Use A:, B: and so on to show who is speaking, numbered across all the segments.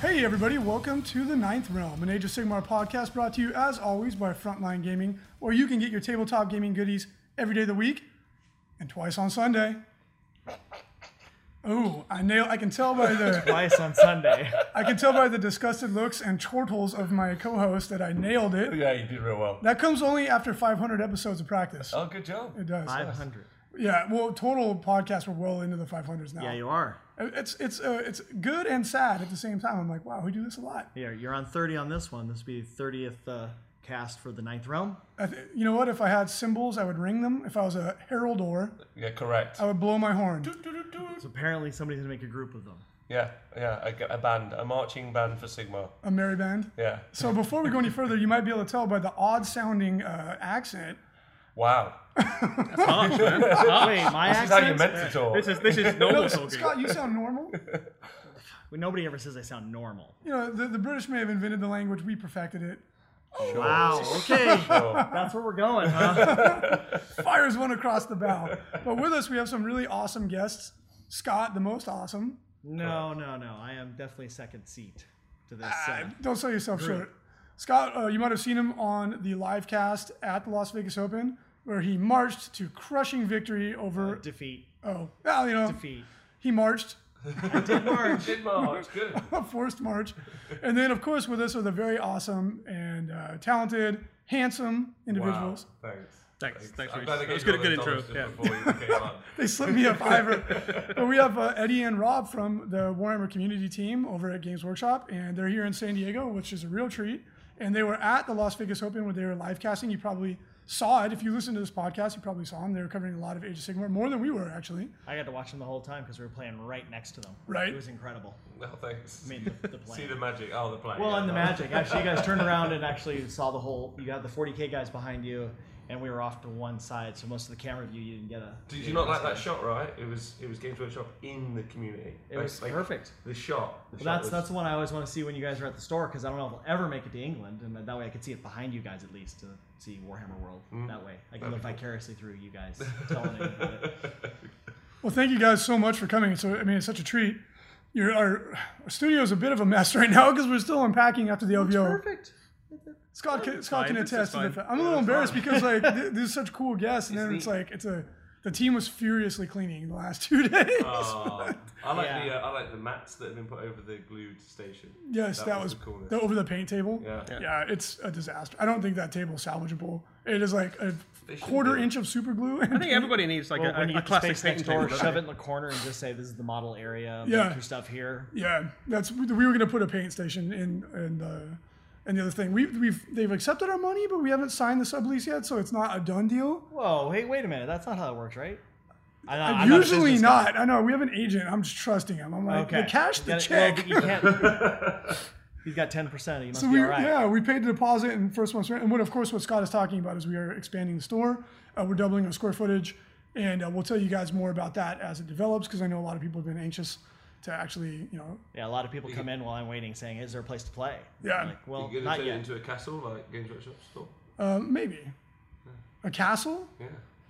A: Hey, everybody, welcome to the Ninth Realm, an Age of Sigmar podcast brought to you, as always, by Frontline Gaming, where you can get your tabletop gaming goodies every day of the week and twice on Sunday. Oh, I nail! I can tell by the
B: twice on Sunday.
A: I can tell by the disgusted looks and chortles of my co-host that I nailed it.
C: Yeah, you did real well.
A: That comes only after 500 episodes of practice.
C: Oh, good job.
A: It does.
B: 500.
A: Yeah. Well, total podcasts we're well into the 500s now.
B: Yeah, you are.
A: It's it's uh, it's good and sad at the same time. I'm like, wow, we do this a lot.
B: Yeah, you're on 30 on this one. This will be 30th uh, cast for the Ninth Realm.
A: I th- you know what? If I had cymbals, I would ring them. If I was a heraldor,
C: Yeah, correct.
A: I would blow my horn.
B: So apparently somebody's gonna make a group of them.
C: Yeah, yeah, a, g- a band, a marching band for Sigma.
A: A merry band.
C: Yeah.
A: So before we go any further, you might be able to tell by the odd sounding uh, accent.
C: Wow.
B: Wait, my
C: This is how you
B: accent?
C: meant to talk.
D: This is this is normal talking.
A: Scott, you sound normal.
B: Well, Nobody ever says I sound normal.
A: You know, the, the British may have invented the language, we perfected it.
C: Sure.
B: Wow. Okay.
C: Sure.
B: That's where we're going, huh?
A: Fires one across the bow. But with us, we have some really awesome guests. Scott, the most awesome.
B: No, no, no. I am definitely second seat to this. Uh,
A: Don't sell yourself short. Scott, uh, you might have seen him on the live cast at the Las Vegas Open, where he marched to crushing victory over.
B: defeat.
A: oh, well, you know,
B: Defeat.
A: he marched,
C: You did march. Good.
A: a forced march. And then, of course, with us are the very awesome and uh, talented, handsome
C: Wow.
A: individuals.
C: Thanks.
D: Thanks, thanks.
C: I'm
D: Rich.
C: glad I
D: That was
C: gave
D: good,
C: you
D: good
C: all
D: intro.
C: those
D: Yeah.
C: dollars just Before you came on.
A: They slipped me a fiver. but we have uh, Eddie and Rob from the Warhammer community team over at Games Workshop, and they're here in San Diego, which is a real treat. And they were at the Las Vegas Open where they were live casting. You probably saw it. If you listen to this podcast, you probably saw them. They were covering a lot of Age of Sigmar, more than we were, actually.
B: I got to watch them the whole time because we were playing right next to them.
A: Right.
B: It was incredible.
C: No, thanks.
B: I mean, the, the
C: See
B: plan.
C: the magic. Oh, the play.
B: Well,
C: yeah,
B: and the
C: no.
B: magic. Actually, you guys turned around and actually saw the whole. You had the 40k guys behind you, and we were off to one side, so most of the camera view you didn't get a.
C: Did you not like that shot, right? It was it was Games Workshop in the community.
B: It
C: Like-
B: was
C: like,
B: perfect.
C: The shot. The
B: Well,
C: shot
B: that's
C: was-
B: that's the one I always want to see when you guys are at the store because I don't know if I'll ever make it to England, and that way I could see it behind you guys at least to see Warhammer World.
C: Mm.
B: That way I can live vicariously through you guys telling it about it.
A: Well, thank you guys so much for coming. So, I mean, it's such a treat. Your, our, our studio is a bit of a mess right now because we're still unpacking after the LVO.
B: Perfect.
A: Scott can, Scott can
D: fine. It's
A: attest to the
D: fine.
A: fact. I'm a little embarrassed because like th- there's such cool guests, and then it's like it's a the team was furiously cleaning the last two days.
C: Oh, I like
B: Yeah.
C: the uh, I like the mats that have been put over the glued station.
A: yes, that, was,
C: the coolest.
A: the, over the paint table.
C: Yeah.
A: yeah, it's a disaster. I don't think that table is salvageable. It is like a
C: shouldn't
A: quarter
C: do it.
A: inch of super glue. And
D: I think everybody needs like
B: Well,
D: a,
B: when you
D: a, a
B: get to
D: classic
B: space next
D: painting
B: door,
D: table.
B: shove it in the corner and just say this is the model area.
A: Yeah.
B: Make your stuff here.
A: yeah, that's we were gonna put a paint station in and uh, and the other thing we we've they've accepted our money, but we haven't signed the sublease yet, so it's not a done deal.
B: Whoa, hey, wait a minute. That's not how it works, right? I, I'm not a
A: Usually
B: business guy.
A: not. I know we have an agent. I'm just trusting him. I'm like,
B: Okay.
A: the cash, the
B: Yeah,
A: check.
B: well, you can't- he's got ten percent. He must
A: So
B: be
A: we,
B: all right.
A: yeah, we paid the deposit and first month's rent. And what, of course, what Scott is talking about is we are expanding the store. Uh, we're doubling our square footage, and uh, we'll tell you guys more about that as it develops because I know a lot of people have been anxious to actually, you know,
B: Yeah, a lot of people come in while I'm waiting, saying, "Is there a place to play?"
A: Yeah.
B: I'm like, well,
C: You're gonna
B: not
C: turn
B: yet.
C: it into a castle like Games Workshop store.
A: uh, maybe a castle.
C: Yeah.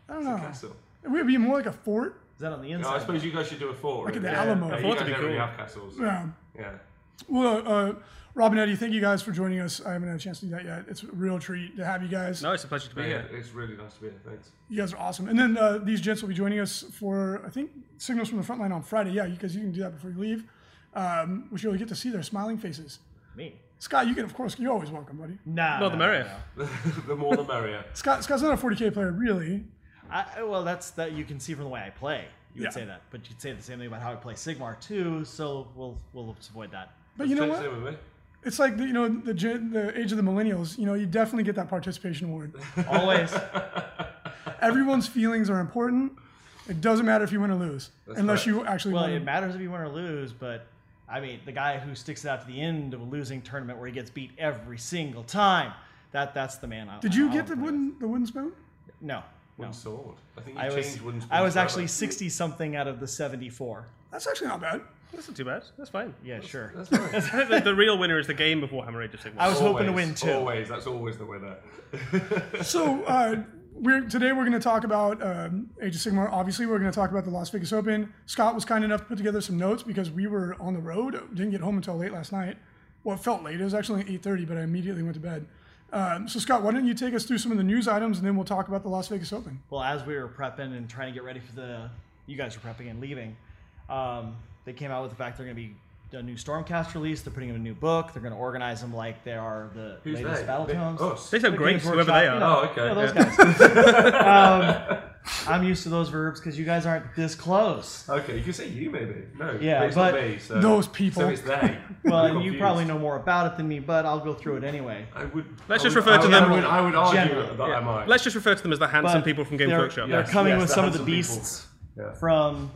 A: I don't know.
C: A castle.
A: It would be more like a fort.
B: Is that on the
E: Oh,
C: No, I
B: inside?
C: suppose you guys should do a fort.
A: Look at
C: really.
A: the Alamo.
C: Yeah,
A: A
C: you
D: fort
C: guys
D: would be
C: don't really
D: cool.
C: have castles.
A: Yeah.
C: Yeah.
A: Well, uh, Rob and Eddie, thank you guys for joining us. I haven't had a chance to do that yet. It's a real treat to have you guys.
D: No, it's a pleasure to be
C: But yeah,
D: here.
C: it's really nice to be here. Thanks.
A: You guys are awesome. And then uh, these gents will be joining us for, I think, Signals from the Frontline on Friday. Yeah, because you can do that before you leave, um, which you'll get to see their smiling faces.
B: Me?
A: Scott, you can, of course, you're always welcome, buddy.
B: Nah.
D: Not
B: nah,
D: the
B: nah,
D: merrier.
B: nah.
C: the more the merrier.
A: Scott, Scott's not a 40K player, really.
B: I, I- well, that's that you can see from the way I play. You
A: Yeah.
B: would say that, but you could say the same thing about how I play Sigmar too. So we'll we'll avoid that.
A: But you know
C: Same
A: what?
C: with me.
A: it's like the, you know the gen- the age of the millennials. You know, you definitely get that participation award.
B: Always.
A: Everyone's feelings are important. It doesn't matter if you win or lose, unless
E: correct.
A: you actually
B: well,
A: win.
B: it matters if you win or lose, but I mean, the guy who sticks it out to the end of a losing tournament where he gets beat every single time. That that's the Oh, man. I,
A: Did
B: I-
A: you
B: I
A: get the
B: wanna play
A: wooden the wooden spoon?
B: with. No, no.
E: Wooden sword. I think you
B: I was
E: changed wooden spoon
B: I was
E: forever.
B: actually sixty something out of the seventy four.
A: That's actually not bad.
D: That's not too bad. That's fine.
B: Yeah, sure.
E: That's right.
D: the, the real winner is the game before Hammer Age of Sigmar.
B: I was hoping to
E: Always,
B: win too.
E: Always, that's always the winner.
A: So uh, we're today we're going to talk about um, Age of Sigmar. Obviously, we're going to talk about the Las Vegas Open. Scott was kind enough to put together some notes because we were on the road. Didn't get home until late last night. Well, it felt late. It was actually eight thirty, but I immediately went to bed. Um, so Scott, why don't you take us through some of the news items, and then we'll talk about the Las Vegas Open.
B: Well, as we were prepping and trying to get ready for the, you guys were prepping and leaving, um, they came out with the fact they're going to be a new Stormcast release. They're putting out a new book. They're going to organize them like they are the
E: Who's
B: latest
E: they?
B: battle
E: They-
B: tomes.
E: us.
D: They sound
B: The
D: great,
B: Games
D: whoever
B: Workshop,
D: they
B: you
D: are.
B: know,
E: Oh, okay.
B: you know, those
E: Yeah.
B: guys. um, I'm used to those verbs because you guys aren't this close.
E: Okay, you can say you maybe. No,
B: Yeah,
E: it's not
B: but
E: me, so-
A: those people.
E: So it's they.
B: Well,
E: I'm
B: and you
E: confused.
B: probably know more about it than me, but I'll go through it anyway.
E: I would.
D: Let's
E: I
D: just
E: would-
D: refer
E: I
D: to
E: would-
D: them-
E: I would, I would argue
B: General.
E: that I might.
D: Let's just refer to them as the handsome
B: But
D: people from Games
B: they're-
D: Workshop.
B: They're
E: Yes,
B: coming
E: yes,
B: with
E: the
B: some of the
E: handsome people.
B: beasts
E: Yeah.
B: from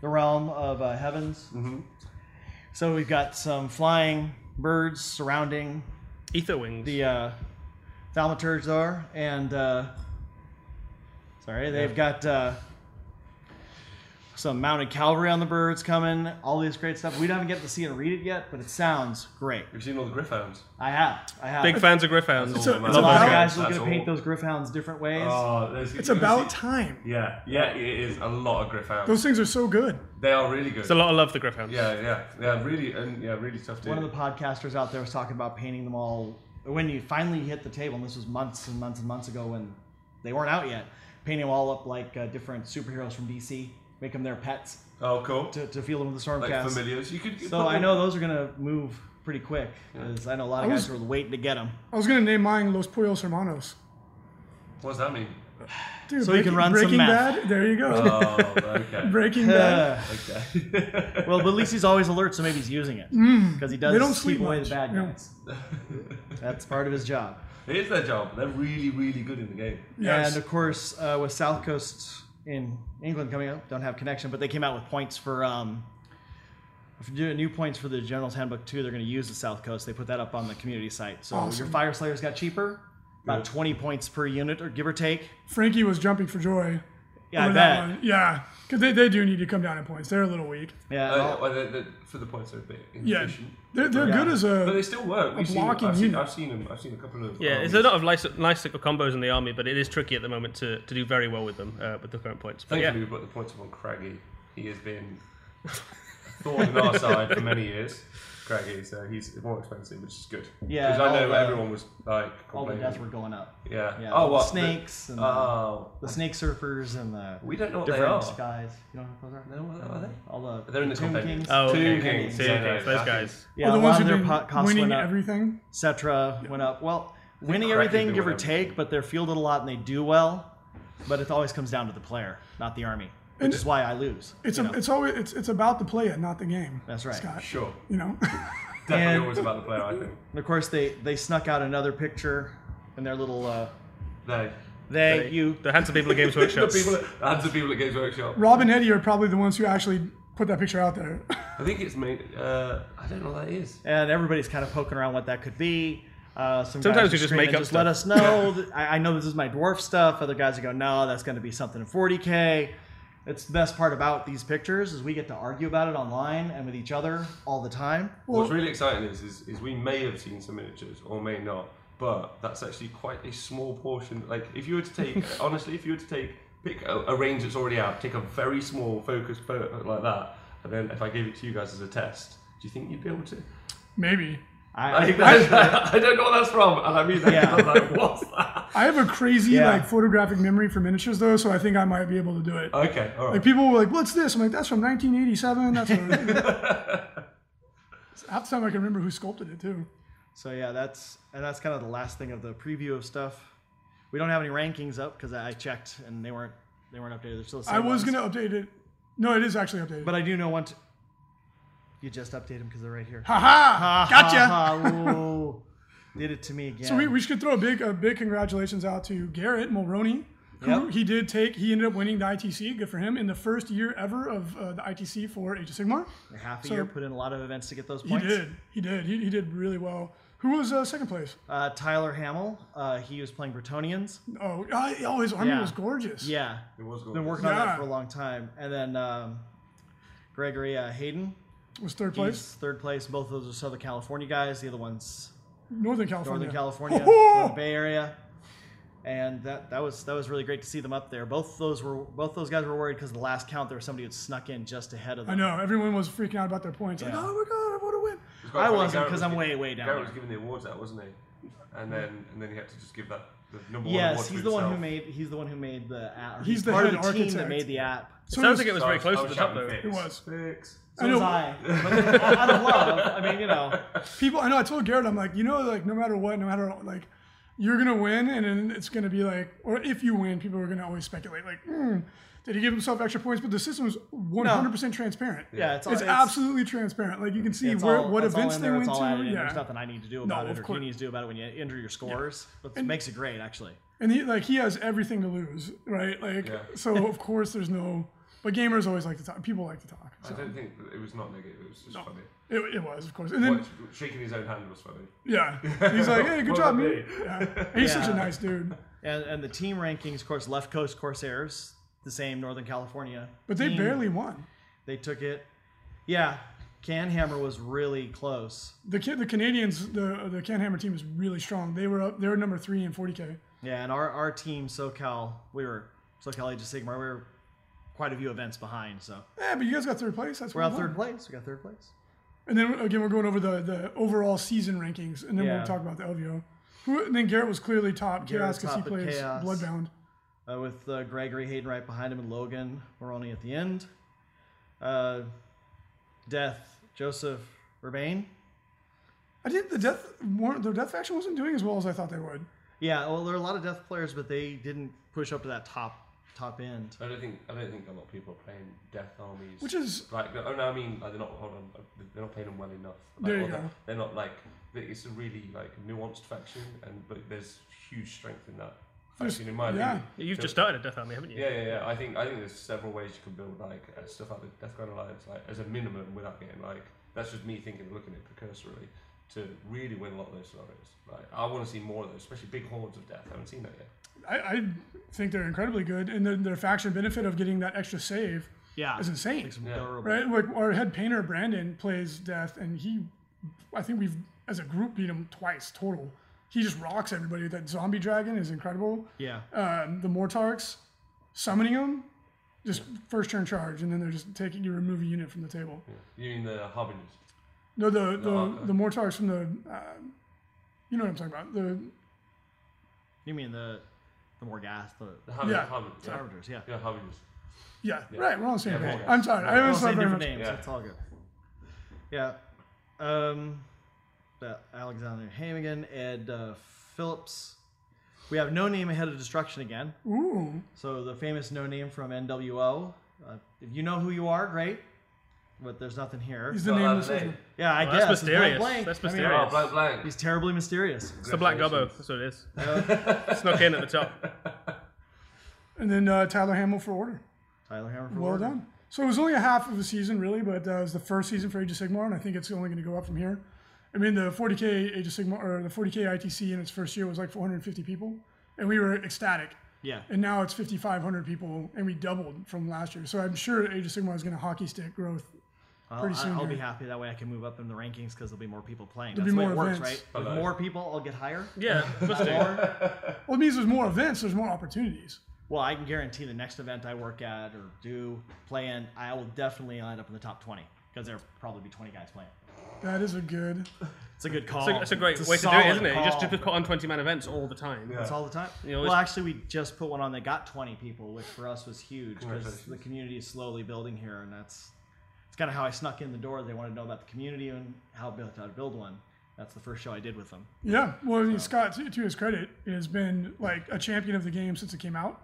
B: the realm of uh, heavens.
E: Mm-hmm.
B: So we've got some flying birds surrounding
D: Ether Wings.
B: the uh, thaumaturge are, and uh, sorry, they've got uh, some mounted cavalry on the birds coming. All this great stuff. We haven't get to see and read it yet, but it sounds great.
E: We've seen all the Griffhounds.
B: I have, I have.
D: Big fans of Griffhounds.
E: That's
A: a-
E: all that
A: it's
B: Those
A: a
E: matters.
A: about-
B: guys are
E: That's
B: going to paint
E: all.
B: those griffhounds different ways.
E: Oh, there's-
A: It's
E: you're gonna
A: about
E: see-
A: time.
E: Yeah, yeah, it is a lot of Griffhounds.
A: Those things are so good.
E: They are really good.
D: It's a lot of love for Griffhounds.
E: Yeah, yeah, yeah. Really, and yeah, really tough to.
B: One of the podcasters out there was talking about painting them all. When you finally hit the table, and this was months and months and months ago when they weren't out yet, painting them all up like uh, different superheroes from DC, make them their pets.
E: oh, cool.
B: to, to feel them with the stormcast.
E: Like familiars. You could. you
B: So
E: put
B: I
E: them-
B: know those are gonna move pretty quick because I know a lot of
A: I
B: guys
A: was-
B: were waiting to get them.
A: I was going to name mine Los Puyos Hermanos.
E: What does that mean?
A: Dude,
B: So you can run some
A: Breaking
B: math. Uh,
A: Bad. There you go.
E: Oh, okay.
A: Breaking Bad.
E: okay.
B: well, but at least he's always alert, so maybe he's using it because he does
A: Mm. They don't
B: keep
A: sleep
B: away
A: much,
B: the bad
A: yeah.
B: guys. That's part of his job.
E: it is their job. They're really, really good in the game.
A: Yes.
B: And of course, uh, with South Coast in England coming up, don't have connection, but they came out with points for. Um, for new new points for the General's Handbook too. They're going to use the South Coast. They put that up on the community site. So your
A: Awesome.
B: fire slayers got cheaper, about
E: Good.
B: twenty points per unit, or give or take.
A: Frankie was jumping for joy.
B: Yeah, I
A: over
B: bet.
A: that one. Yeah, because they, they do need to come down in points. They're a little weak.
B: Yeah,
E: Uh,
B: and all-
E: well, they- they- for the points, they're a bit
A: Yeah,
E: inefficient.
A: they're, they're good as
E: But they
A: a.
E: still work. We've seen,
A: blocking
E: I've, seen,
A: unit.
E: I've seen them. I've seen a couple of. um,
D: Yeah, there's a lot of nice, nice little combos in the army, but it is tricky at the moment to, to do very well with them uh, with the current points. But
E: Thankfully,
D: yeah,
E: we've got the points of on Craggy. He has been a thorn in our side for many years. Craggy, so he's more expensive, which is good.
B: Yeah,
E: because I
B: all
E: know
B: the-
E: everyone was like
B: all the
E: complaining.
B: deaths were going up.
E: yeah.
B: Yeah.
E: Oh,
B: the
E: what
B: snakes and
E: The, oh,
B: The snake surfers and the
E: we don't know what they
B: different
E: are.
B: guys. You don't know what those
E: No, what are they?
B: are? All the
E: They're in the
B: Tomb
E: companion.
B: Kings.
D: Oh, okay.
E: Tomb Kings.
D: Tomb
E: Yeah,
D: Kings, those
E: I
D: guys.
E: think-
B: Yeah,
A: are the
B: a
A: ones
B: lot of
A: who've
B: their
A: been
B: po- costs
A: winning
B: went up.
A: everything.
B: Cetra went up. Well, winning
E: Cracky's
B: everything,
E: been
B: give or
E: winning everything.
B: take, but they're fielded a lot and they do well. But it always comes down to the player, not the army, which
A: And-
B: is why I lose.
A: It's
B: you
A: a,
B: know?
A: it's always it's it's about the play it, not the game.
B: That's right.
A: Scott.
E: Sure.
A: You know,
E: Definitely
B: And-
E: always about the player, I think.
B: and of course, they they snuck out another picture in their little uh,
E: They.
B: they,
D: They-
B: you.
D: the handsome people at Games Workshop.
E: The people, at- the hands of people at Games Workshop.
A: Rob and Eddie are probably the ones who actually put that picture out there.
E: I think it's made. Uh, I don't know what that is.
B: and everybody's kind of poking around what that could be. Uh, some
D: Sometimes
B: guys
D: we
B: are
D: just
B: screaming,
D: make up
B: let us know. Th- I, I know this is my dwarf stuff. Other guys are going, no, that's going to be something in 40k. It's the best part about these pictures is we get to argue about it online and with each other all the time.
E: What's really exciting is, is is we may have seen some miniatures or may not, but that's actually quite a small portion. Like if you were to take honestly, if you were to take pick a, a range that's already out, take a very small focus photo like that, and then if I gave it to you guys as a test, do you think you'd be able to?
A: Maybe.
E: I,
B: I,
E: think that, I don't know what that's from, and I mean that
B: Yeah.
E: because I'm like, what's that?
A: I have a crazy
B: Yeah.
A: like photographic memory for miniatures though, so I think I might be able to do
B: Oh.
A: it.
E: Okay, all
A: Like
E: right.
A: people were like, "What's this?" I'm like, "That's from 1987." That's what half the time I can remember who sculpted it too.
B: so yeah, that's and that's kind of the last thing of the preview of stuff. We don't have any rankings up because I, I checked and they weren't they weren't updated. They're still the same
A: I was
B: ones.
A: gonna update it. No, it is actually updated.
B: but I do know one. T- You just update them because they're right here.
A: Ha ha! Gotcha.
B: Ooh. Did it to me again.
A: So we, we should throw a big a big congratulations out to Garrett Mulroney. Who
B: Yep.
A: He did take. He ended up winning the ITC. Good for him in the first year ever of uh, the ITC for Age of Sigmar.
B: Half a
A: so-
B: year put in a lot of events to get those
A: He
B: points.
A: did. He did. He, he did really well. Who was uh, second place?
B: Uh, Tyler Hamill, uh, he was playing Bretonians.
A: Oh, I, oh, his army
B: Yeah.
A: was gorgeous.
B: Yeah,
C: It was good.
B: been working on
A: Yeah.
B: that for a long time. And then um, Gregory uh, Hayden,
A: Was third
B: he's
A: place.
B: third place. Both of those are Southern California guys. The other one's
A: Northern California.
B: Northern California,
A: Ho-ho!
B: from the Bay Area. And that, that was that was really great to see them up there. Both those were both those guys were worried because the last count there was somebody who snuck in just ahead of
A: I
B: them.
A: know. Everyone was freaking out about their points. Like,
B: Yeah.
A: oh my god, I want to win.
C: It's quite
B: I
C: funny,
B: wasn't
C: Garrett
B: because
C: was
B: I'm
C: gi-
B: way way down.
C: Garrett
B: there.
C: was giving the awards out, wasn't he? And then and then he had to just give that the number one award
B: Yes,
C: to
B: he's the one who
C: himself.
B: made he's the one who made the app.
A: He's the
B: part
A: head
B: of the team
A: architect.
B: that made the app.
A: So
D: Sounds like it was
C: So I
D: very close
C: I
D: to the top,
C: shouting
D: though.
C: fix,
A: It was.
C: Fix.
B: So
A: I know-
B: was I. But out of love, I mean, you know,
A: people i know i told garrett i'm like you know like no matter what no matter like you're gonna win and then it's gonna be like or if you win people are gonna always speculate like mm, did he give himself extra points but the system is 100% transparent
B: yeah, it's, all,
A: it's, absolutely transparent like you can see
B: it's
A: where
B: all-
A: what
B: it's all
A: events
B: in
A: they
B: there,
A: went
B: it's
A: to
B: all added in.
A: yeah
B: There's nothing I need to do about
A: No,
B: it,
A: of
B: or
A: course.
B: he needs to do about it when you enter your scores. But it makes it great, actually.
A: and he like he has everything to lose right like
C: Yeah.
A: so of course there's no but gamers always like to talk people like to talk
C: I
A: so
C: don't think it was not negative. It was just funny.
A: it, it was of course and then
C: What- shaking his own hand was funny.
A: yeah he's like hey good
C: Well,
A: job
C: that
A: man
C: day.
A: yeah. he's such a
B: Yeah.
A: nice dude
B: And and the team rankings, of course, Left Coast Corsairs, the same Northern California.
A: but they
B: team.
A: barely won
B: they took it. Yeah, Canhammer was really close.
A: The kid, the Canadians, the the Canhammer team is really strong. They were up, they were number three in 40k.
B: Yeah, and our, our team, SoCal, we were SoCal Age of Sigmar, we were quite a few events behind, so
A: Yeah, Eh, but you guys got third place. That's
B: we're
A: well
B: out third
A: done.
B: place. We got third place.
A: And then again, we're going over the the overall season rankings, and then
B: Yeah.
A: we'll talk about the LVO. Who, and then Garrett was clearly top
B: Garrett
A: chaos because he
B: top of
A: plays
B: Chaos.
A: Bloodbound.
B: Uh, with uh, Gregory Hayden right behind him and Logan Maroney at the end. Uh, Death, Joseph Urbain.
A: I did the death war the death faction wasn't doing as well as I thought they would.
B: Yeah, well, there are a lot of Death players, but they didn't push up to that top top end.
C: I don't think I don't think a lot of people are playing Death Armies.
A: Which is-
C: like oh no, I mean like, they're not hold on, uh, they're not playing them well enough. Like,
A: There you
C: or they're-
A: go.
C: They're not like they- it's a really like nuanced faction, and but there's huge strength in that
A: There's-
C: faction in my
A: yeah.
C: opinion.
D: You've
C: So-
D: just started a Death Army, haven't you?
C: Yeah, yeah, yeah. I think I think there's several ways you can build like uh, stuff like the Death Grand Alliance like as a minimum without getting like that's just me thinking looking at it precursorily to really win a lot of those scenarios. Like I want to see more of those, especially big hordes of death. I haven't seen that yet.
A: I, I think they're incredibly good, and then their faction benefit of getting that extra save
B: Yeah.
A: is insane.
B: Makes them
C: Yeah.
B: durable.
A: Right, like our head painter Brandon plays Death, and he, I think we've as a group beat him twice total. He just rocks everybody. That zombie dragon is incredible.
B: Yeah.
A: Um, the Mortarks, summoning them, just first turn charge, and then they're just taking you remove a unit from the table.
C: You mean the harbingers?
A: No, the the
C: okay.
A: the Mortarks from the, uh, you know what I'm talking about. The
B: You mean the the Morgath, the
C: The harbingers.
A: Yeah.
C: harbingers, yeah.
B: Arbiters, yeah.
C: Yeah, harbingers.
A: yeah, right. We're on the same
C: Yeah,
A: page.
C: Morgath.
A: I'm sorry. I
B: We'll
A: always
B: say
A: love very
B: different
A: much.
B: names.
C: Yeah.
B: It's all good. Yeah. Um, the Alexander Hamigan, Ed uh, Phillips. We have no name ahead of destruction again.
A: Ooh,
B: So the famous no name from NWO. Uh, if you know who you are, great. But there's nothing here.
A: he's the
C: Not
A: name
C: allowed
A: of
C: to
A: the
C: name.
B: yeah, I
D: Well,
B: guess.
D: that's
B: It's blank,
D: mysterious.
B: blank.
D: That's
B: I mean,
D: mysterious.
C: Oh, blank, blank.
B: he's terribly mysterious.
D: It's the Black Gobbo. That's what it is. Snuck in at the top.
A: And then uh, Tyler Hamill for order.
B: Tyler Hammer for
A: Well
B: Warden.
A: done. So it was only a half of a season, really, but uh, it was the first season for Age of Sigmar, and I think it's only going to go up from here. I mean, the 40k Age of Sigmar or the 40k ITC in its first year was like 450 people, and we were ecstatic.
B: Yeah.
A: And now it's 5,500 people, and we doubled from last year. So I'm sure Age of Sigmar is going to hockey stick growth.
B: Well,
A: pretty
B: I-
A: soon
B: I'll be
A: here.
B: happy. That way I can move up in the rankings because there'll be more people playing.
A: There'll
B: That's
A: be
B: the way it
A: more
B: works,
A: events.
B: right? With
C: Hello.
B: more people, I'll get higher.
D: Yeah, must do.
B: More-
A: Well, it means there's more events, there's more opportunities.
B: Well, I can guarantee the next event I work at or do play in, I will definitely line up in the top 20 because there'll probably be 20 guys playing.
A: That is a good.
B: It's a good call.
D: It's a, it's a great way to do
B: solid
D: it, isn't it? You just
B: call.
D: to put on 20 man events all the time.
C: Yeah.
B: It's all the time.
D: You know,
B: well,
D: it's-
B: actually, we just put one on that got 20 people, which for us was huge because the
C: Congratulations.
B: community is slowly building here, and that's it's kind of how I snuck in the door. They wanted to know about the community and how, build, how to build one. That's the first show I did with them.
A: Yeah, well, I mean, Scott, to, to his credit, has been like a
B: Mm-hmm.
A: champion of the game since it came out,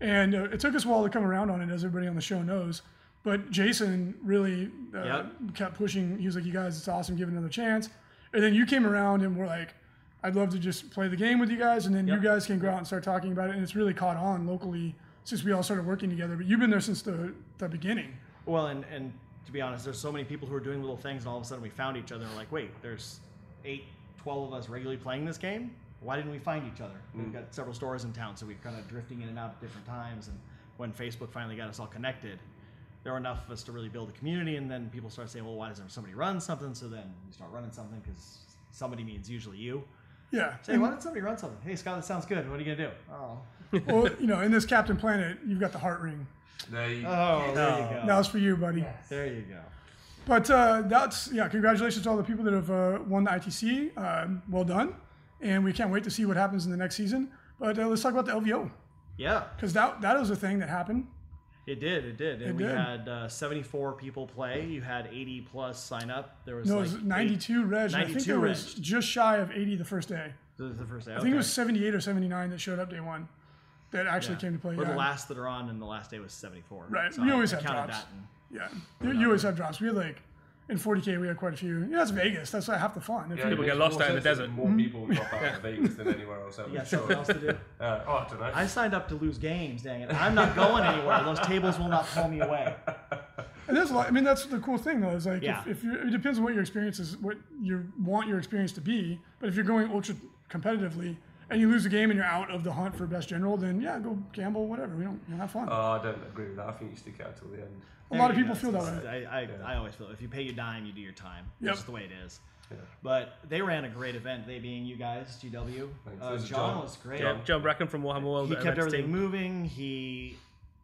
A: and uh, it took us a while to come around on it, as everybody on the show knows. But Jason really uh,
B: Yep.
A: kept pushing. He was like, "You guys, it's awesome. Give it another chance." And then you came around and were like, "I'd love to just play the game with you guys." And then you guys can go out and start talking about it. And it's really caught on locally since we all started working together. But you've been there since the the beginning.
B: Well, and and to be honest, there's so many people who are doing little things, and all of a sudden we found each other. And we're like, wait, there's eight, 12 of us regularly playing this game. Why didn't we find each other? We've got several stores in town, so we're kind of drifting in and out at different times. And when Facebook finally got us all connected, there were enough of us to really build a community. And then people start saying, well, why doesn't somebody run something? So then you start running something because somebody means usually you.
A: Yeah.
B: Say, why didn't somebody run something? Hey, Scott, that sounds good. What are you gonna do? Oh,
A: well, you know, in this Captain Planet, you've got the heart ring.
E: They,
D: Uh,
B: oh, there you go.
A: That was for you, buddy.
B: There you go.
A: But uh, that's yeah. Congratulations to all the people that have uh, won the ITC. Um, well done, and we can't wait to see what happens in the next season. But uh, let's talk about the LVO
B: Yeah.
A: because that that was a thing that happened.
B: It did, it did. And
A: It
B: we
A: did.
B: had uh, 74 people play. You had 80 plus sign up. There was
A: No, it
B: like
A: was 92 reg. and I think
B: 92
A: there was
B: reg.
A: just shy of 80 the first day.
B: Eight, this is the first day.
A: I think it was 78 or 79 that showed up day one that actually came to play.
B: We're
A: yeah.
B: the last that are on, and the last day was 74.
A: Right,
B: So
A: we
B: I-
A: always
B: I
A: have
B: counted
A: drops.
B: that. And,
A: yeah, you, you always have drops. We had like in 40k we had quite a few. Yeah, that's Vegas. That's like half the fun. If
E: yeah,
A: you-
D: People
E: it
D: get
E: makes
D: lost
E: more
D: out in the
E: sense that
D: desert. Mm-hmm.
E: More people drop out of Vegas than anywhere else. I'm
B: you got
E: sure.
B: something else to do?
E: Uh, oh, I don't know.
B: I signed up to lose games, dang it. I'm not going anywhere. Those tables will not pull me away.
A: And there's a lot. I mean, that's the cool thing though. Is like
B: Yeah.
A: if, if you're, it depends on what your experience is, what you want your experience to be. But if you're going ultra competitively and you lose a game and you're out of the hunt for best general, then yeah, go gamble, whatever. We don't we'll have fun.
B: Uh,
C: Uh,
E: oh, I don't agree with that. I think you stick out till the end.
A: a lot of people
B: Everybody
A: feel that
B: does.
A: way.
B: It's- I, I, I always feel if you pay your dime, you do your time.
A: Yep.
B: That's just the way it is. But they ran a great event. They being you guys, GW.
E: Thanks.
B: Uh, John,
E: This is John.
B: was great.
D: Yeah, John Bracken from Warhammer World.
B: he
D: uh,
B: kept
D: Red's
B: everything
D: team.
B: moving. He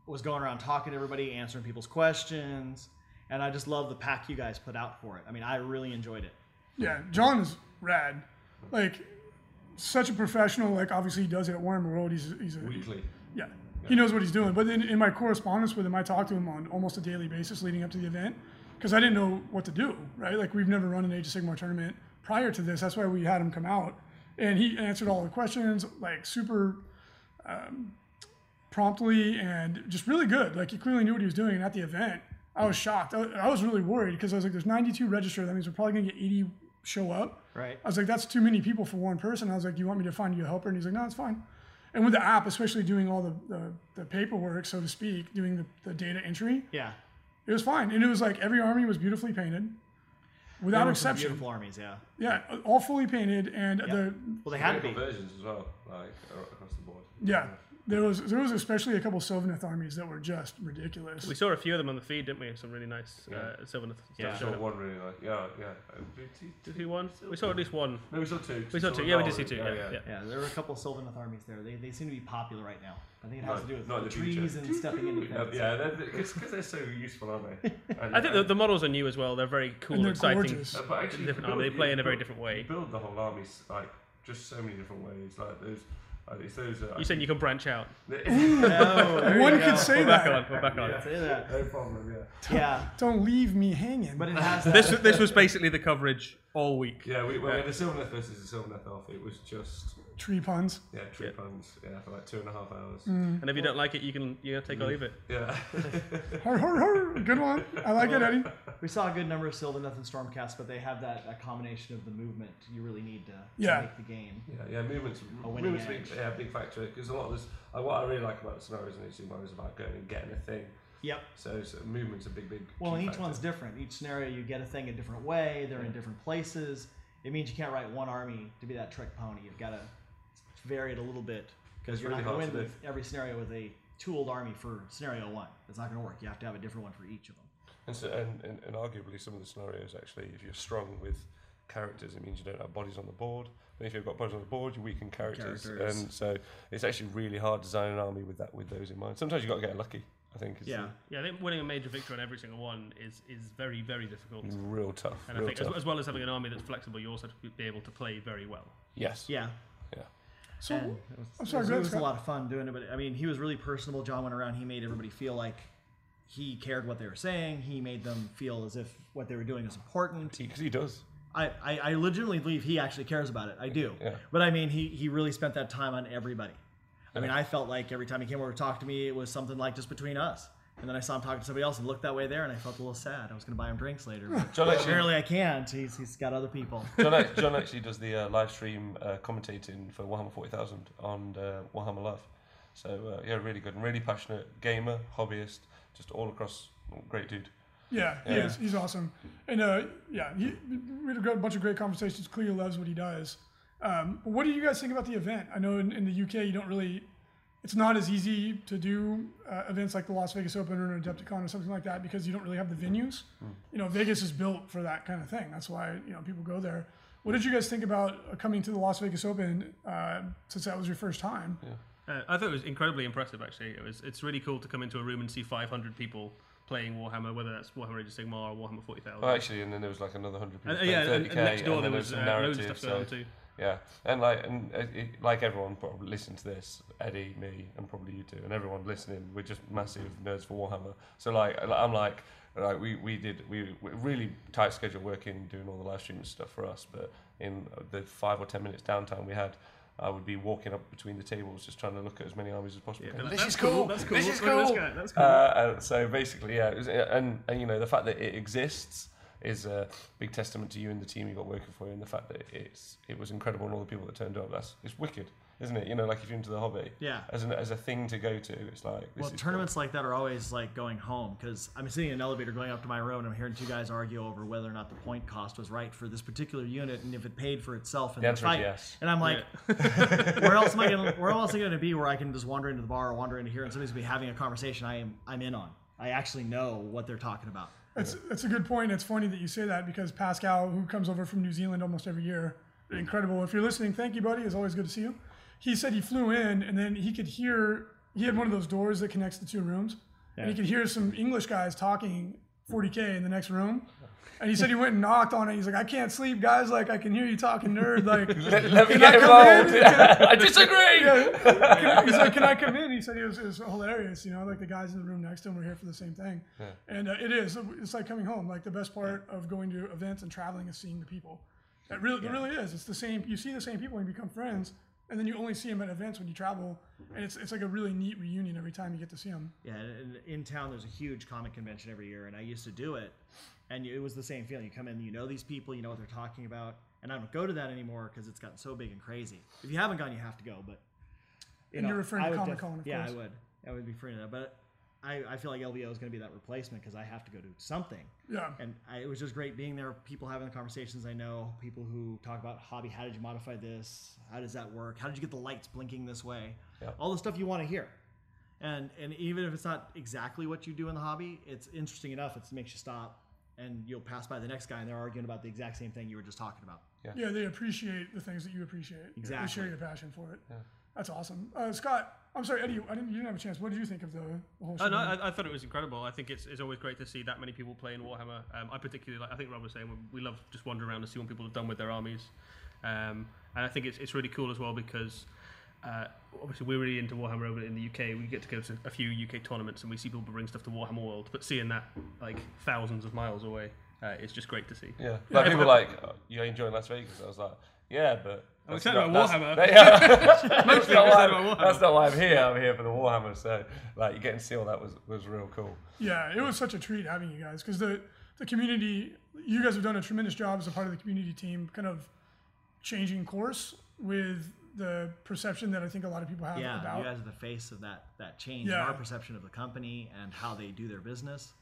B: was going around talking to everybody, answering people's questions, and I just love the pack you guys put out for it. I mean, I really enjoyed it.
A: Yeah, John is rad. Like such a professional. Like obviously he does it at Warhammer World. He's he's a
E: Weekly.
A: yeah. He knows what he's doing. But in, in my correspondence with him, I talked to him on almost a daily basis leading up to the event because I didn't know what to do, right? Like, we've never run an Age of Sigmar tournament prior to this. That's why we had him come out. And he answered all the questions, like, super um, promptly and just really good. Like, he clearly knew what he was doing. And at the event, I was shocked. I, I was really worried because I was like, there's 92 registered. That means we're probably going to get 80 show up.
B: Right.
A: I was like, that's too many people for one person. I was like, do you want me to find you a helper? And he's like, no, it's fine. And with the app, especially doing all the, the, the paperwork, so to speak, doing the, the data entry,
B: Yeah.
A: it was fine. And it was like every army was beautifully painted without
B: They were some
A: exception.
B: Beautiful armies. Yeah.
A: Yeah, all fully painted. And the,
B: Well, they had to
E: Vehicle
B: be.
E: versions as well, like ar- across the board.
A: yeah, there was, there was especially a couple Sylvaneth armies that were just ridiculous.
D: We saw a few of them on the feed, didn't we? Some really nice uh, Sylvaneth
B: Yeah.
D: stuff.
E: Sure,
D: showed up.
E: one really like, yeah, yeah. Uh, did we-
D: Did we one? We saw at least one.
E: No, we saw two.
D: We saw two. Yeah, we did see two. Yeah, yeah.
B: Yeah, there were a couple Sylvaneth armies there. They, they seem to be popular right now. I think it has
E: Not-
B: to do with
E: not in the
B: trees
E: future.
B: and stepping into
E: Yeah,
B: things.
E: yeah because they're so useful, aren't they? And,
D: I think
E: uh,
D: the, the models are new as well. They're very cool,
A: they're
D: exciting.
A: gorgeous.
B: Oh,
E: Uh, but actually, you
D: different
E: build-
D: army. They
E: you
D: play in a very
E: build-
D: different way.
E: You build the whole army s- like just so many different ways. Like those, like, it's those. Uh,
D: You said you can branch out.
B: No, there
A: One
B: you
A: could
B: go.
A: say
D: We're back
A: that.
D: on. We're back on.
B: Say that.
E: no problem. Yeah.
B: Yeah,
A: Don't leave me hanging.
B: but it has that.
D: This this was basically the coverage all week.
E: Yeah, we, when we had the Sylvaneth versus the Sylvaneth off, it was just
A: Tree puns.
E: yeah, tree puns. Yeah, for like two and a half hours.
B: Mm.
D: And if you don't like it, you can you can take or leave it.
E: Yeah.
A: Har, har, har. Good one. I like it, Eddie.
B: We saw a good number of Sylvaneth and Stormcast, but they have that, that combination of the movement you really need to, to
A: Yeah.
B: make the game.
E: Yeah, yeah, movements.
B: A winning
E: movements big,
B: edge.
E: yeah, big factor because a lot of this. Uh, what I really like about the scenarios in HTML is about going and getting a thing.
B: Yep.
E: So, so movements a big, big.
B: Well,
E: key
B: and each
E: factor.
B: one's different. Each scenario, you get a thing a different way. They're in different places. It means you can't write one army to be that trick pony. You've got to vary it a little bit because
E: It's
B: you're
E: really
B: not going
E: hard
B: to
E: to
B: win with every scenario with a tooled army for scenario one. That's not going to work. You have to have a different one for each of them.
E: And, so, and, and, and arguably, some of the scenarios actually, if you're strong with characters, it means you don't have bodies on the board. But if you've got bodies on the board, you weaken characters.
B: Characters.
E: And so it's actually really hard to design an army with that with those in mind. Sometimes you've got to get lucky, I think. Is
B: Yeah.
D: Yeah, I think winning a major victory on every single one is is very very difficult.
E: the- real tough.
D: And I
E: real
D: think as,
E: tough.
D: as well as having an army that's flexible, you also have to be able to play very well.
E: yes.
B: Yeah.
E: Yeah.
A: So,
B: And it was,
A: I'm sorry,
B: it was,
A: go
B: it
A: ahead,
B: was a
A: Scott.
B: lot of fun doing it, but I mean, he was really personable. John went around, he made everybody feel like he cared what they were saying. He made them feel as if what they were doing is important.
E: Because he does.
B: I, I, I legitimately believe he actually cares about it. I do.
E: Yeah.
B: But I mean, he, he really spent that time on everybody. I mean, I felt like every time he came over to talk to me, it was something like just between us. And then I saw him talking to somebody else and looked that way there, and I felt a little sad. I was going to buy him drinks later. But
E: John actually,
B: surely I can't. He's, he's got other people.
E: John, act- John actually does the uh, live stream uh, commentating for Warhammer 40,000 on uh, Warhammer Love. So, uh, yeah, really good and really passionate gamer, hobbyist, just all across. Great dude.
A: Yeah, he
E: Yeah.
A: is. He's awesome. And uh, yeah, he, we had a great- bunch of great conversations. Clearly loves what he does. Um, but what do you guys think about the event? I know in, in the UK you don't really, it's not as easy to do uh, events like the Las Vegas Open or an Adepticon or something like that because you don't really have the venues. You know, Vegas is built for that kind of thing. That's why you know people go there. What did you guys think about uh, coming to the Las Vegas Open uh, since that was your first time?
D: Uh, I thought it was incredibly impressive. Actually, it was. It's really cool to come into a room and see 500 people playing Warhammer, whether that's Warhammer Age of Sigmar or Warhammer 40,000.
E: Oh, actually, and then there was like another 100 people.
D: And, uh,
E: playing
D: yeah, and,
E: 30K,
D: and next door
E: and
D: there
E: then
D: was
E: some
D: uh, loads of
E: narrative,
D: stuff going on
E: so-
D: too.
E: Yeah, and like and uh, it, like everyone probably listening to this, Eddie, me, and probably you two, and everyone listening, we're just massive nerds for Warhammer. So like I- I'm like like we, we did we, we really tight schedule working doing all the live streaming stuff for us, but in the five or ten minutes downtime we had. I would be walking up between the tables, just trying to look at as many armies as possible.
D: But
E: Can-
D: that's
A: is cool.
D: That's cool.
A: This is
D: Look at
A: cool.
D: guy, That's cool.
E: uh, and so basically, yeah, it was, uh, and, and you know the fact that it exists is a big testament to you and the team you got working for you, and the fact that it's it was incredible and all the people that turned up. That's it's wicked, isn't it? You know, like if you're into the hobby,
B: Yeah.
E: as an, as a thing to go to, it's like this
B: Well,
E: is cool.
B: tournaments like that are always like going home because I'm sitting in an elevator going up to my room and I'm hearing two guys argue over whether or not the point cost was right for this particular unit and if it paid for itself in the,
E: The answer is
B: fight.
E: yes.
B: And I'm like, where else am I gonna where else am I gonna be where I can just wander into the bar or wander into here and somebody's gonna be having a conversation I am I'm in on. I actually know what they're talking about.
A: That's, that's a good point. It's funny that you say that because Pascal, who comes over from New Zealand almost every year, incredible. If you're listening, thank you, buddy. It's always good to see you. He said he flew in and then he could hear, he had one of those doors that connects the two rooms. And he could hear some English guys talking 40K in the next room. And he said he went and knocked on it. He's like, I can't sleep, guys. Like, I can hear you talking, nerd. Like,
E: Let, let me get
A: I come
E: involved.
A: in?
E: I disagree.
A: he's like, "Can I come in?" He said it was, it was hilarious. You know, like the guys in the room next to him were here for the same thing, and uh, it is. It's like coming home. Like the best part of going to events and traveling is seeing the people. It really, it really is. It's the same. You see the same people and you become friends, and then you only see them at events when you travel, and it's it's like a really neat reunion every time you get to see them.
B: Yeah, and in town there's a huge comic convention every year, and I used to do it, and it was the same feeling. You come in, you know these people, you know what they're talking about, and I don't go to that anymore because it's gotten so big and crazy. If you haven't gone, you have to go. But you
A: And you're referring to
B: I would
A: Comic-Con, of
B: yeah,
A: course.
B: I would, I would be referring to that. But I, I feel like LBO is going to be that replacement because I have to go to something,
A: Yeah,
B: and I, it was just great being there. People having the conversations I know, people who talk about hobby. How did you modify this? How does that work? How did you get the lights blinking this way?
E: Yeah.
B: All the stuff you want to hear. And and even if it's not exactly what you do in the hobby, it's interesting enough. It makes you stop, and you'll pass by the next guy, and they're arguing about the exact same thing you were just talking about.
A: yeah. They appreciate the things that you appreciate. They share
B: Exactly.
A: your passion for it. That's awesome, uh, Scott. I'm sorry, Eddie. I didn't. You didn't have a chance. What did you think of the, the whole?
D: Oh, no,
A: shebang?
D: I, I thought it was incredible. I think it's, it's always great to see that many people playing Warhammer. Um, I particularly like. I think Rob was saying we- we love just wandering around and see what people have done with their armies, um, and I think it's, it's really cool as well because uh, obviously we're really into Warhammer over in the UK. We get to go to a few UK tournaments and we see people bring stuff to Warhammer World, but seeing that like thousands of miles away, uh, it's just great to see.
E: Yeah, like people were like "Oh, you enjoying Las Vegas. I was like, yeah, but I'm
D: excited about Warhammer.
E: that's,
D: I'm
E: not why
D: excited
E: I'm,
D: about Warhammer.
E: that's not why I'm here. I'm here for the Warhammer. So like getting to see all that was was real cool.
A: Yeah, it was such a treat having you guys because the the community, you guys have done a tremendous job as a part of the community team, kind of changing course with the perception that I think a lot of people have
B: Yeah,
A: about.
B: you guys are the face of that that change in
A: Yeah.
B: our perception of the company and how they do their business.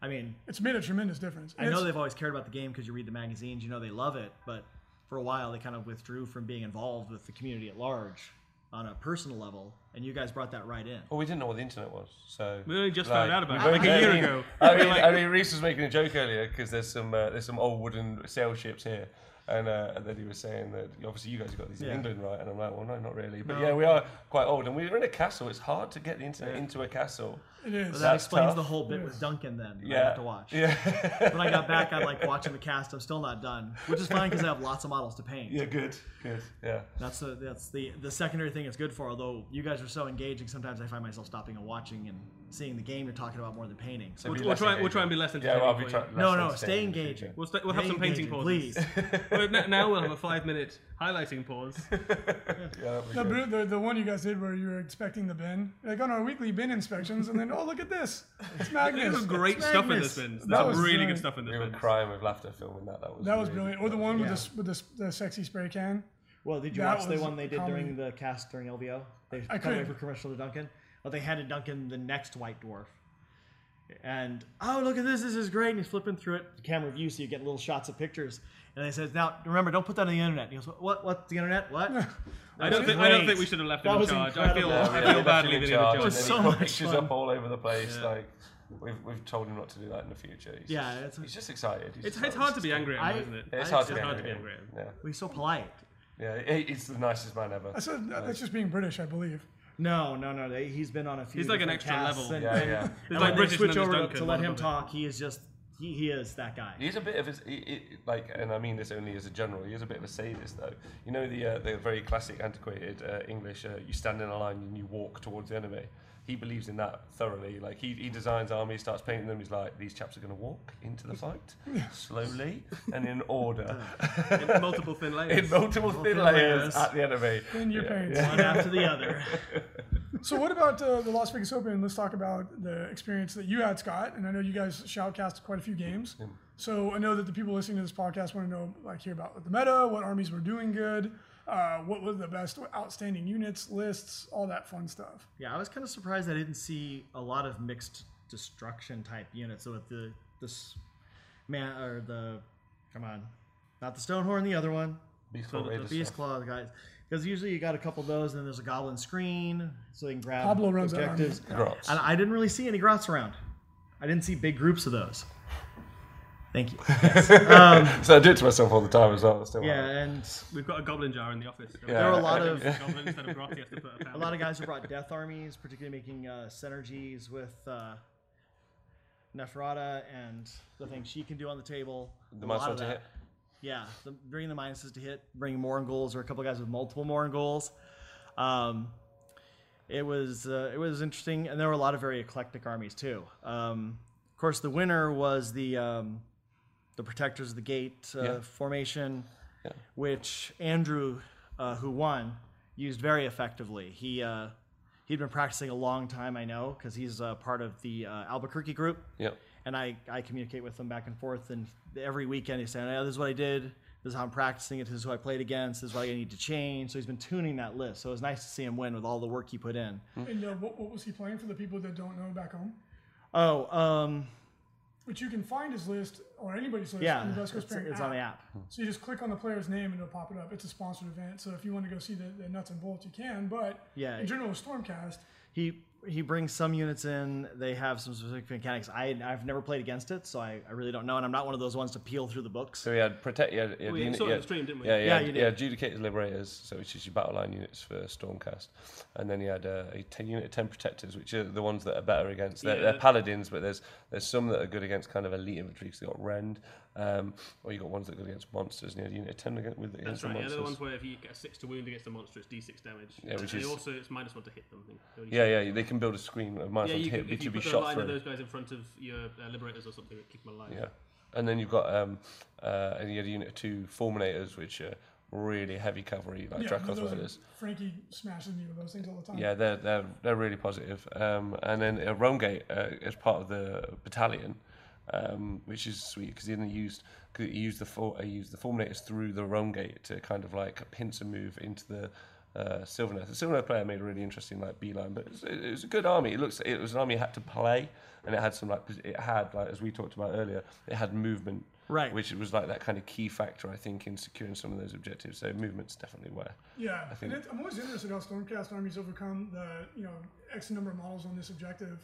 B: I mean,
A: it's made a tremendous difference.
B: I know
A: It's-
B: they've always cared about the game because you read the magazines, you know they love it, but for a while they kind of withdrew from being involved with the community at large on a personal level, and you guys brought that right in.
E: Well, we didn't know what the internet was, so
D: We only just
E: like,
D: found out about
E: we
D: it,
E: both-
D: like a
E: I
D: year
E: mean-
D: ago.
E: I mean, I mean, Reese was making a joke earlier because there's some uh, there's some old wooden sail ships here, and, uh, and then he was saying that obviously you guys have got these in
B: Yeah.
E: England, right? And I'm like, well, no, not really, but yeah, we are quite old, and we were in a castle. It's hard to get the internet into a castle.
A: it is.
B: But that
E: That's
B: explains
E: tough.
B: the whole bit with Duncan. Then that I
E: Yeah.
B: have to watch.
E: Yeah,
B: When I got back, I'm like watching the cast. I'm still not done, which is fine because I have lots of models to paint.
E: yeah, good, good, yeah.
B: That's the that's the the secondary thing it's good for. Although you guys are so engaging, sometimes I find myself stopping and watching and seeing the game you're talking about more than painting. So
D: We'll,
E: be
D: we'll
E: less
D: try. We'll
E: engaging.
D: try and be less entertaining.
E: Yeah, well, I'll be
D: for you.
E: try-
B: no,
E: less
B: no,
E: entertaining
B: stay
E: in the future.
B: engaging.
D: We'll, st- we'll have
B: Stay
D: some painting
B: engaging,
D: pauses. Well, n- now we'll have a five-minute highlighting pause.
E: Yeah, that'd be
A: The,
E: good.
A: br- the, the one you guys did where you were expecting the bin, like on our weekly bin inspections, and then, oh, look at this. It's
D: There's
A: Magnus.
D: some great
B: Magnus.
D: stuff in this bin. There's
A: That
D: some
A: was
D: really
A: brilliant.
D: good stuff in this
E: We were
D: bin.
E: crying with laughter filming that. That was
A: That was
E: amazing.
A: brilliant. Or the one with,
B: Yeah.
A: the, s- with the, s- the sexy spray can.
B: Well, did you
A: That
B: watch the
A: was
B: one they did
A: comedy.
B: during the cast during LVO? They
A: I
B: cut away
A: couldn't.
B: for commercial to Duncan. Well, they handed Duncan the next White Dwarf. And oh, look at this! This is great. And he's flipping through it, the camera view, so you get little shots of pictures. And they says, "Now remember, don't put that on the internet." And he goes, "What? What? The internet? What?"
D: I don't think. I don't think we should have left him
B: That
D: in
B: was
D: charge.
B: incredible.
D: I
E: Yeah,
D: feel.
E: we
D: I
E: had
D: feel
E: him
D: badly
E: in
D: that he
E: charge,
D: was in
E: and then
D: charge.
B: so
E: he put
B: much
E: pictures
B: fun.
E: up all over the place. Like we've, we've told him not to do that in the future. He's
B: Yeah,
E: just,
B: it's a-
E: he's just excited. He's
D: It's,
E: just
D: it's
E: like-
D: hard to be angry at
B: I-
D: him, isn't it?
E: Yeah, it's
B: I-
E: hard,
D: it's hard
E: to be angry. at him.
B: We're so polite.
E: Yeah, yeah. he- He's the nicest man ever.
A: I said, that- that's just being British, I believe.
B: No, no, no. They, he's been on a few.
D: He's like an
B: different
D: extra
B: casts,
D: level.
B: And,
E: Yeah,
B: and,
E: yeah.
B: and
D: It's
B: when
D: like
B: they
D: British
B: switch
D: and then
B: over
D: there's
B: to,
D: Duncan,
B: to let
D: one
B: him
D: above it.
B: talk, he is just he, he is that guy.
E: He's a bit of a he- he- like, and I mean this only as a general. He is a bit of a sadist, though. You know the uh, the very classic, antiquated uh, English. Uh, you stand in a line and you walk towards the enemy. He believes in that thoroughly. Like he, he designs armies, starts painting them. He's like, these chaps are going to walk into the fight slowly and in order,
D: In multiple thin layers.
E: in multiple thin
B: thin
E: layers
B: layers.
E: at the enemy.
A: In your pants.
B: One after the other.
A: So what about uh, the Las Vegas Open? Let's talk about the experience that you had, Scott. And I know you guys shoutcast quite a few games. So I know that the people listening to this podcast want to know, like, hear about the meta, what armies were doing good, uh, what were the best outstanding units, lists, all that fun stuff.
B: Yeah, I was kind of surprised I didn't see a lot of mixed destruction type units. So with the this man or the come on, not the Stonehorn, the other one,
E: Beast
D: So
E: Claw
D: the-
E: Raider
D: the
B: Beast
E: stuff.
B: Claw guys. Because usually you got a couple of those, and then there's a Goblin screen, so they can grab
A: Pablo runs that army.
B: objectives.
E: Grots.
B: And I didn't really see any grots around. I didn't see big groups of those. Thank you.
E: So I do it to myself all the time as well. I still
B: Yeah,
E: have it.
B: and
D: We've got a goblin jar in the office.
E: There
B: are a lot of-
D: goblin instead of grotty. Have to put
B: a
D: a,
B: lot of guys who brought death armies, particularly making uh, synergies with uh, Nefrata and the things she can do on the table.
E: the
B: A
E: most
B: lot
E: one
B: of
E: to
B: that.
E: hit.
B: Yeah, the, bringing the minuses to hit, bringing more in goals, or a couple guys with multiple more in goals. Um, it was uh, it was interesting, and there were a lot of very eclectic armies too. Um, of course, the winner was the um, the Protectors of the Gate uh,
E: Yeah.
B: formation, which Andrew, uh, who won, used very effectively. He uh, he'd been practicing a long time, I know, because he's uh, part of the uh, Albuquerque group
E: Yep.
B: and I, I communicate with them back and forth. And every weekend he's saying, oh, this is what I did. This is how I'm practicing it. This is who I played against. This is what I need to change. So he's been tuning that list. So it was nice to see him win with all the work he put in.
A: And uh, what, what was he playing for the people that don't know back home?
B: Oh, um,
A: Which you can find his list or anybody's list
B: yeah.
A: on the Best
B: It's,
A: Coast Pairing
B: it's on the app.
A: So you just click on the player's name and it'll pop it up. It's a sponsored event, so if you want to go see the, the nuts and bolts, you can. But
B: Yeah.
A: in general, with Stormcast,
B: He he brings some units in. They have some specific mechanics. I, I've never played against it, so I, I really don't know. And I'm not one of those ones to peel through the books.
E: So he had protect. Yeah, yeah,
D: We saw it on stream, didn't we?
E: Yeah, yeah,
B: Yeah, you
E: yeah.
B: did.
E: Adjudicators, liberators, so which is your battle line units for Stormcast, and then he had uh, a ten unit of ten protectors, which are the ones that are better against. They're, they're paladins, but there's there's some that are good against kind of elite infantry because they got rend, um, or you got ones that are good against monsters, and he had a unit of ten against, with against
D: That's
E: the
D: right. Yeah,
E: monsters.
D: they're the ones where if you get a six to wound against a monster, it's d6 damage.
E: Yeah, which
D: and
E: is-
D: also it's minus one to hit them. I think. They only-
E: yeah, yeah, they can build a screen of minus
D: Yeah,
E: one to
D: you
E: hit,
D: could, if
E: but
D: you
E: you'd be
D: put a
E: shot
D: line of
E: through.
D: those guys in front of your uh, liberators or something, it keep them alive.
E: Yeah, and then you've got um, uh, and he had a unit of two fulminators, which are really heavy cavalry, like
A: yeah,
E: Dracos
A: those are-
E: riders.
A: Frankie smashes me with those things all the time.
E: Yeah, they're they're they're really positive. Um, and then uh, Romegate uh, is part of the battalion, um, which is sweet because then they used cause he used the for, he used the Fulminators through the Romegate to kind of like pincer move into the. Uh, Sylvaneth. The Sylvaneth player made a really interesting like beeline, but it was, it was a good army. It looks it was an army you had to play, and it had some like pos- it had like as we talked about earlier, it had movement,
B: Right.
E: Which was like that kind of key factor I think in securing some of those objectives. So movement's definitely where
A: Yeah,
E: think-
A: and it, I'm always interested how Stormcast armies overcome the you know X number of models on this objective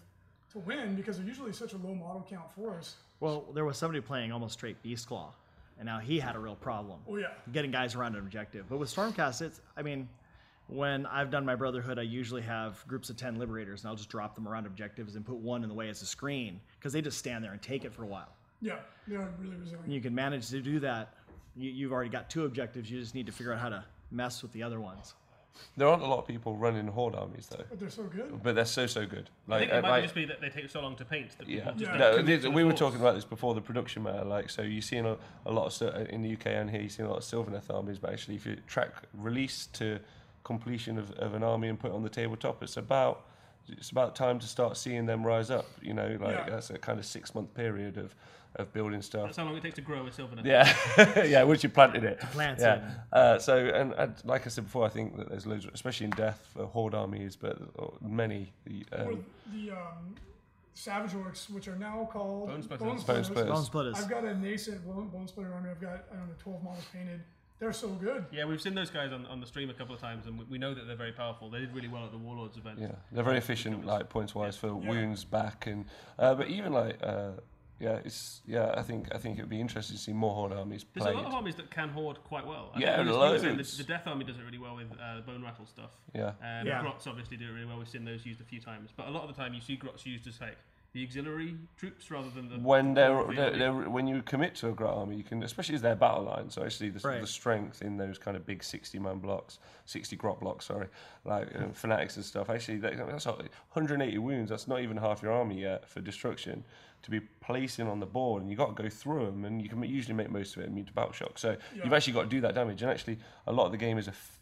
A: to win because they're usually such a low model count for us.
B: Well, there was somebody playing almost straight Beast Claw, and now he had a real problem.
A: Oh yeah,
B: getting guys around an objective. But with Stormcast, it's I mean, when I've done my Brotherhood, I usually have groups of ten Liberators, and I'll just drop them around objectives and put one in the way as a screen because they just stand there and take it for a while.
A: yeah, they're really resilient.
B: And you can manage to do that. You, you've already got two objectives. You just need to figure out how to mess with the other ones.
E: There aren't a lot of people running horde armies though,
A: But they're so good.
E: but they're so so good.
D: I
E: Like,
D: think it
E: uh,
D: might
E: like-
D: just be that they take so long to paint that
E: yeah,
D: people just
A: Yeah.
E: no,
D: don't commit
E: this-
D: to the
E: we were
D: force.
E: talking about this before the production matter. Like, so you're seeing a, a lot of sil- in the UK and here, you're seeing a lot of Sylvaneth armies, but actually, if you track release to completion of, of an army and put it on the tabletop, it's about it's about time to start seeing them rise up. You know, like
A: Yeah.
E: that's a kind of six month period of of building stuff.
D: That's how long it takes to grow a Sylvaneth.
E: Yeah, yeah. Once you planted it,
B: plant
E: yeah. Uh, so, and, and like I said before, I think that there's loads, especially in death for horde armies, but uh, many the,
A: Or
E: um,
A: the um, Savage Orcs, which are now called
D: Bone Splitters.
E: bone
A: Splitters.
E: splitters.
B: splitters.
A: I've got a nascent bone, bone splitter army. I've got I don't know twelve models painted. They're so good.
D: Yeah, we've seen those guys on, on the stream a couple of times, and we, we know that they're very powerful. They did really well at the Warlords event.
E: Yeah, they're very efficient, like points wise for wounds back and, uh, but even like, uh, yeah, it's yeah. I think I think it'd be interesting to see more horde armies
D: There's
E: played.
D: a lot of armies that can hoard quite well. I
E: Yeah,
D: think we were just- we were saying
E: loads.
D: The, the Death Army does it really well with uh, the Bone Rattle stuff.
E: Yeah.
D: Um,
B: Yeah.
D: Grots obviously do it really well. We've seen those used a few times. But a lot of the time, you see Grots used as like the auxiliary troops rather than the.
E: When
D: the
E: they're,
D: core of the
E: they're,
D: army.
E: they're when you commit to a Grot army, you can especially as their battle line. So actually, the,
B: Right.
E: the strength in those kind of big sixty-man blocks, sixty Grot blocks, sorry, like uh, fanatics and stuff. Actually, that, that's not- 180 wounds. That's not even half your army yet for destruction to be placing on the board, and you got to go through them, and you can usually make most of it immune to battle shock. So you've actually got to do that damage, and actually, a lot of the game is a f-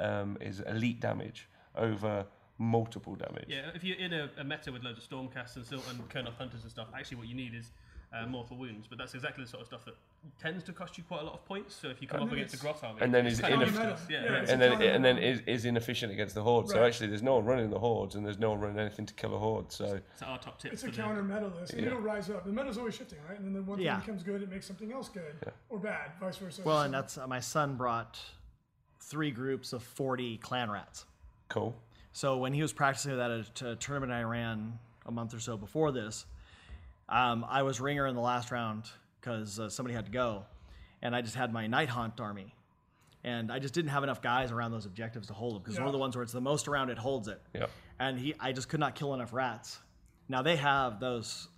E: um, is elite damage over multiple damage.
D: Yeah, if you're in a, a meta with loads of Stormcasts and, Sil- and Colonel Hunters and stuff, actually what you need is uh, mortal wounds. But that's exactly the sort of stuff that tends to cost you quite a lot of points. So if you come up against a Grot army.
E: and then
D: it's
E: is
D: kind of
E: ineff-
D: useless. Yeah,
A: Yeah,
D: yeah.
A: it's
E: and then
A: entirely
E: and then
A: wrong.
E: is, is inefficient against the horde. So
A: Right.
E: actually, there's no one running the hordes, and there's no one running anything to kill a horde. So
D: It's our top tip.
A: It's
D: for
A: a
D: the-
A: counter meta list, and it'll rise up. The meta's always shifting, right? And then the one
B: Yeah.
A: thing becomes good, it makes something else good or bad, vice versa.
B: Well, and that's uh, my son brought three groups of 40 clan rats.
E: cool.
B: So when he was practicing that at a tournament I ran a month or so before this, um, I was ringer in the last round because uh, somebody had to go, and I just had my night haunt army, and I just didn't have enough guys around those objectives to hold them because one of the ones where it's the most around it holds it,
E: Yeah,
B: and he I just could not kill enough rats. Now they have those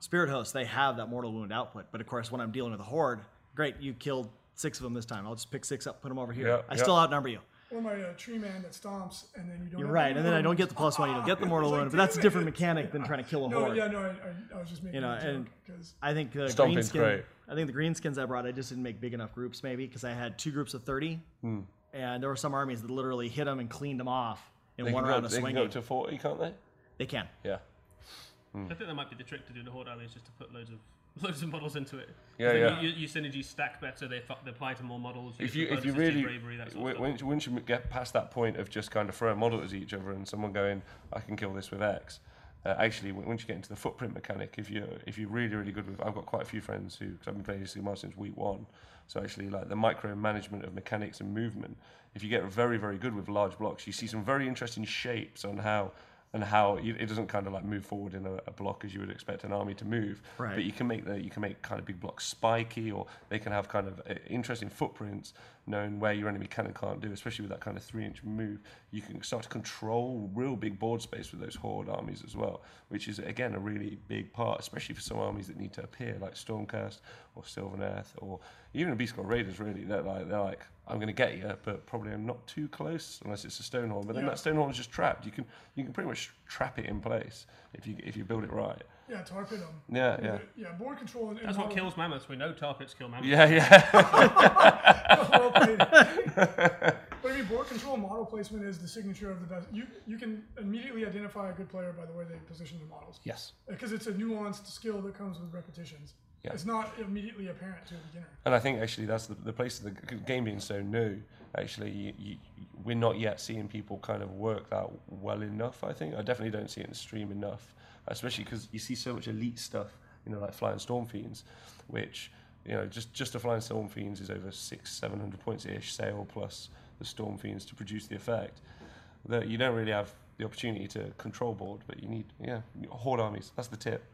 B: spirit hosts; they have that mortal wound output, but of course when I'm dealing with a horde, great, you killed six of them this time. I'll just pick six up, put them over here.
E: Yeah,
B: I
E: yeah.
B: still outnumber you.
A: or my uh, tree man that stomps, and then you don't.
B: You're
A: have
B: right,
A: any
B: and then I
A: mortal
B: don't get the
A: wounds.
B: plus one. You don't get the
A: Ah!
B: mortal
A: It's like,
B: wound, but that's a
A: damn it.
B: different mechanic than trying to kill a
A: No,
B: horde.
A: yeah, no, I, I, I was just making
B: You know,
A: a joke
B: and-
A: because
B: I think the green
E: Stomping's
B: skin.
E: great.
B: I think the green skins I brought, I just didn't make big enough groups, maybe because I had two groups of thirty,
E: Hmm.
B: and there were some armies that literally hit them and cleaned them off in
E: they
B: one
E: can, go,
B: round of
E: up- they can go
B: swinging.
E: up to forty, can't they?
B: they can.
E: Yeah,
D: I think that might be the trick to doing a horde army is just to put loads of loads of models into it. 'Cause
E: Yeah,
D: then
E: yeah.
D: You, you, you synergy stack better. They, fu- they apply to more models.
E: if
D: get
E: you if you
D: bonuses to
E: really
D: bravery, that sort
E: w-
D: of stuff.
E: once once you get past that point of just kind of throwing models at each other and someone going, I can kill this with X. Uh, actually, w- once you get into the footprint mechanic, if you if you're really really good with, I've got quite a few friends who because I've been playing DCMR since week one. So actually, like the micromanagement of mechanics and movement, if you get very very good with large blocks, you see some very interesting shapes on how and how you, it doesn't kind of like move forward in a, a block as you would expect an army to move.
B: Right.
E: But you can make the you can make kind of big blocks spiky, or they can have kind of uh, interesting footprints, knowing where your enemy can and can't do. Especially with that kind of three-inch move, you can start to control real big board space with those horde armies as well, which is again a really big part, especially for some armies that need to appear, like Stormcast or Sylvaneth, or even a Beast Squad Raiders. Really, they're like they're like I'm going to get you, but probably I'm not too close unless it's a Stonehorn. But then that Stonehorn is just trapped. You can you can pretty much trap it in place if you if you build it right.
A: yeah, tar pit 'em.
E: Yeah, yeah.
A: Yeah, board control. And, and
D: That's what
A: model-
D: kills mammoths. We know tar pits kill mammoths.
E: Yeah, yeah.
A: well played. but I mean, board control model placement is the signature of the best. You you can immediately identify a good player by the way they position their models.
E: Yes.
A: Because it's a nuanced skill that comes with repetitions.
E: Yeah.
A: It's not immediately apparent to a beginner.
E: And I think actually that's the, the place of the g- game being so new. Actually, you, you, we're not yet seeing people kind of work that well enough. I think I definitely don't see it in the stream enough, especially because you see so much elite stuff. You know, like flying storm fiends, which you know just just a flying storm fiends is over six seven hundred points ish sale plus the storm fiends to produce the effect. That you don't really have the opportunity to control board, but you need yeah horde armies. That's the tip.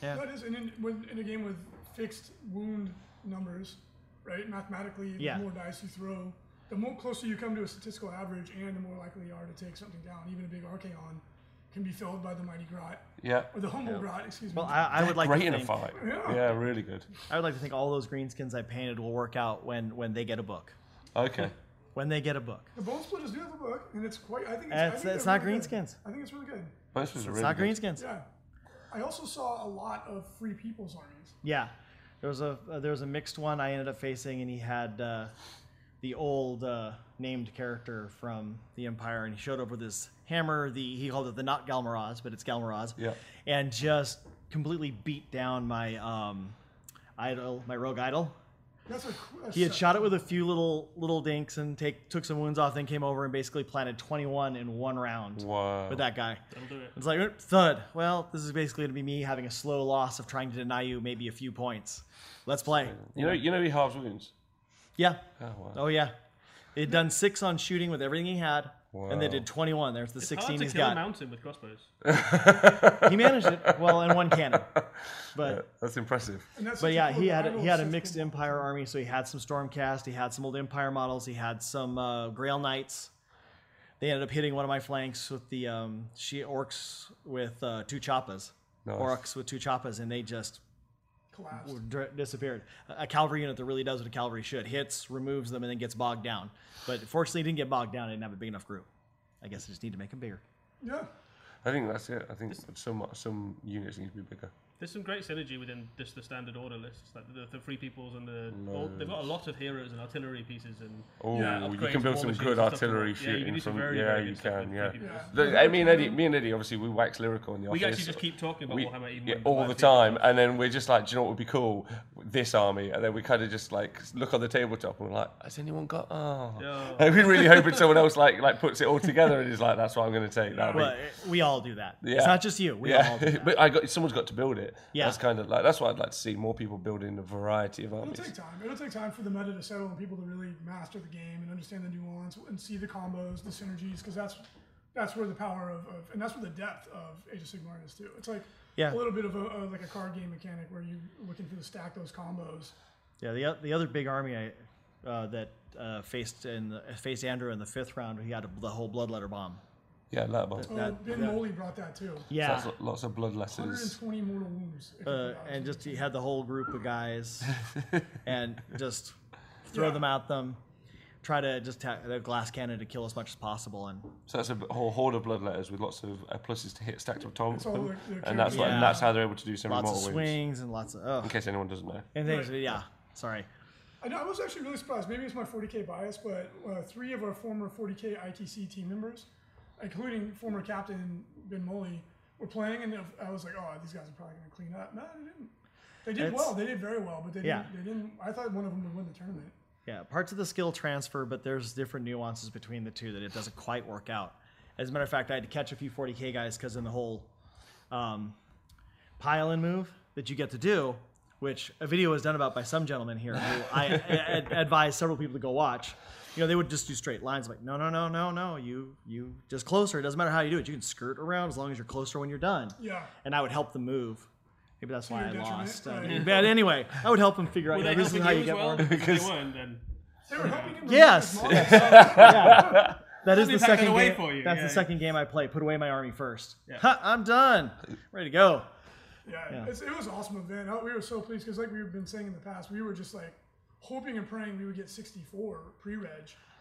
A: That is, and in, when, in a game with fixed wound numbers, right? Mathematically,
B: Yeah.
A: the more dice you throw, the more closer you come to a statistical average, and the more likely you are to take something down. Even a big Archaon can be filled by the mighty grot
E: Yeah,
A: or the humble grot. Excuse me.
B: Well, I, I would like
E: great
B: to
E: in a
B: think,
E: fight. yeah, really good.
B: I would like to think all those green skins I painted will work out when when they get a book.
E: Okay.
B: when they get a book.
A: The Bone Splitters do have a book, and it's quite. I think it's, I
B: It's-
A: think
B: it's
A: they're
B: not
A: really good.
B: Greenskins.
A: I think it's really good.
E: Most of
B: It's
E: them are really
B: not
E: good.
B: Greenskins.
A: Yeah. I also saw a lot of Free People's armies.
B: Yeah, there was a uh, there was a mixed one I ended up facing, and he had uh, the old uh, named character from the Empire, and he showed up with his hammer. The he called it the not Galmaraz, but it's Galmaraz.
E: Yeah.
B: and just completely beat down my um, idol, my rogue idol.
A: That's a. qu- a
B: He had
A: set.
B: shot it with a few little little dinks and take took some wounds off, then came over and basically planted 21 in one round
E: Wow.
B: with that guy.
D: That'll do it.
B: It's like "Oop, thud. Well, this is basically going to be me having a slow loss of trying to deny you maybe a few points. Let's play.
E: You know, you know, he halves wounds.
B: Yeah.
E: Oh wow.
B: Oh yeah. They'd done six on shooting with everything he had, and they
E: Wow.
B: did 21. There's the 16
D: Hard to
B: he's
D: kill a
B: got.
D: mountain with crossbows.
B: He managed it well in one cannon,
E: Yeah,
B: but.
E: that's impressive.
A: And that's
B: But
A: such
B: yeah,
A: cool
B: he had
A: battle
B: he had a
A: system.
B: mixed Empire army, so he had some Stormcast, he had some old Empire models, he had some uh, Grail Knights. They ended up hitting one of my flanks with the um, she orcs with uh, two choppas,
E: Nice.
B: orcs with two choppas, and they just
A: collapsed.
B: were dr- disappeared. A a cavalry unit that really does what a cavalry should hits, removes them, and then gets bogged down. But fortunately, it didn't get bogged down. I didn't have a big enough group. I guess I just need to make them bigger.
A: Yeah.
E: I think that's it. I think some some units need to be bigger.
D: There's some great synergy within just the standard order lists, like the, the free peoples and the. all- they've got a lot of heroes and artillery pieces and.
E: Oh,
D: yeah,
E: you
D: upgrades,
E: can build
D: war
E: some
D: machines
E: good
D: and stuff like
E: artillery
D: that. Yeah, you
E: shooting
D: can do some
E: from.
D: very,
E: yeah,
D: very
E: you
D: good stuff
E: can.
D: with
E: Yeah.
D: free peoples.
E: Look, I mean, Eddie, me and Eddie, obviously, we wax lyrical in the
D: We
E: office.
D: actually just keep talking about
E: We-
D: Warhammer even
E: yeah,
D: when
E: all
D: live
E: the
D: people-
E: time, and then we're just like, do you know what would be cool? This army, and then we kind of just like look on the tabletop and we're like, has anyone got? Oh,
D: Yeah.
E: Like, we're really hoping someone else like like puts it all together and is like, that's what I'm going to take. That'll be-
B: But eh, we all do that.
E: Yeah.
B: It's not just you. We all do
E: yeah,
B: that.
E: but I got someone's got to build it.
B: Yeah.
E: that's kind of like that's what I'd like to see more people building a variety of
A: It'll
E: armies.
A: take time. It'll take time for the meta to settle and people to really master the game and understand the nuance and see the combos, the synergies, because that's that's where the power of, of and that's where the depth of Age of Sigmar is too. It's like a
B: Yeah.
A: little bit of a, a like a card game mechanic where you're looking for to stack those combos.
B: Yeah, the, o- the other big army I, uh, that uh, faced in the, faced Andrew in the fifth round, he had a, the whole bloodletter bomb.
E: Yeah, that one.
A: Oh,
B: That-
A: ben
B: that-
A: Moley brought that too.
B: Yeah,
E: That's lo- lots of blood letters.
A: 120 mortal wounds. if you
B: uh,
A: think about it.
B: and just he had the whole group of guys, and just throw them at them, try to just ta- the glass cannon to kill as much as possible, and
E: So that's a b- whole horde of blood letters with lots of uh, pluses to hit stacked up top of
A: all
E: them,
A: their- their
E: and that's what,
B: characters.
E: and that's how they're able to do so many
B: lots
E: mortal
B: of
E: wounds.
B: swings and lots of oh,
E: In case anyone doesn't know,
B: and things.
A: Right.
B: Yeah, sorry.
A: I, know, I was actually really surprised. Maybe it's my 40k bias, but uh, three of our former 40k ITC team members, including former captain Ben Moley, were playing, and I was like, "Oh, these guys are probably going to clean up." No, they didn't. They did
B: It's-
A: well. They did very well, but they
B: Yeah.
A: didn't. They didn't. I thought one of them would win the tournament.
B: Yeah, parts of the skill transfer, but there's different nuances between the two that it doesn't quite work out. As a matter of fact, I had to catch a few 40k guys because in the whole um, pile in move that you get to do, which a video was done about by some gentleman here who I ad- advised several people to go watch. You know, they would just do straight lines. I'm like, no, no, no, no, no. You, you just closer. It doesn't matter how you do it. You can skirt around as long as you're closer when you're done.
A: Yeah.
B: And I would help them move. Maybe that's why
A: your
B: I
A: detriment,
B: lost. Uh,
A: right.
B: but anyway, I would help them figure out.
D: Were
B: you know,
D: they
B: this is
D: helping
B: how you
D: as
B: get
D: well?
B: more.
D: If they weren't, then
A: They were helping him. remove
B: Yes.
A: his model, so-
B: yeah. That is the
D: Something's hacking
B: second
D: away
B: game.
D: for you.
B: That's
D: Yeah.
B: the second game I play. Put away my army first. Ha, I'm done. Ready to go.
A: Yeah, It's, it was an awesome event. I- We were so pleased because, like we've been saying in the past, we were just like hoping and praying we would get 64 pre-reg.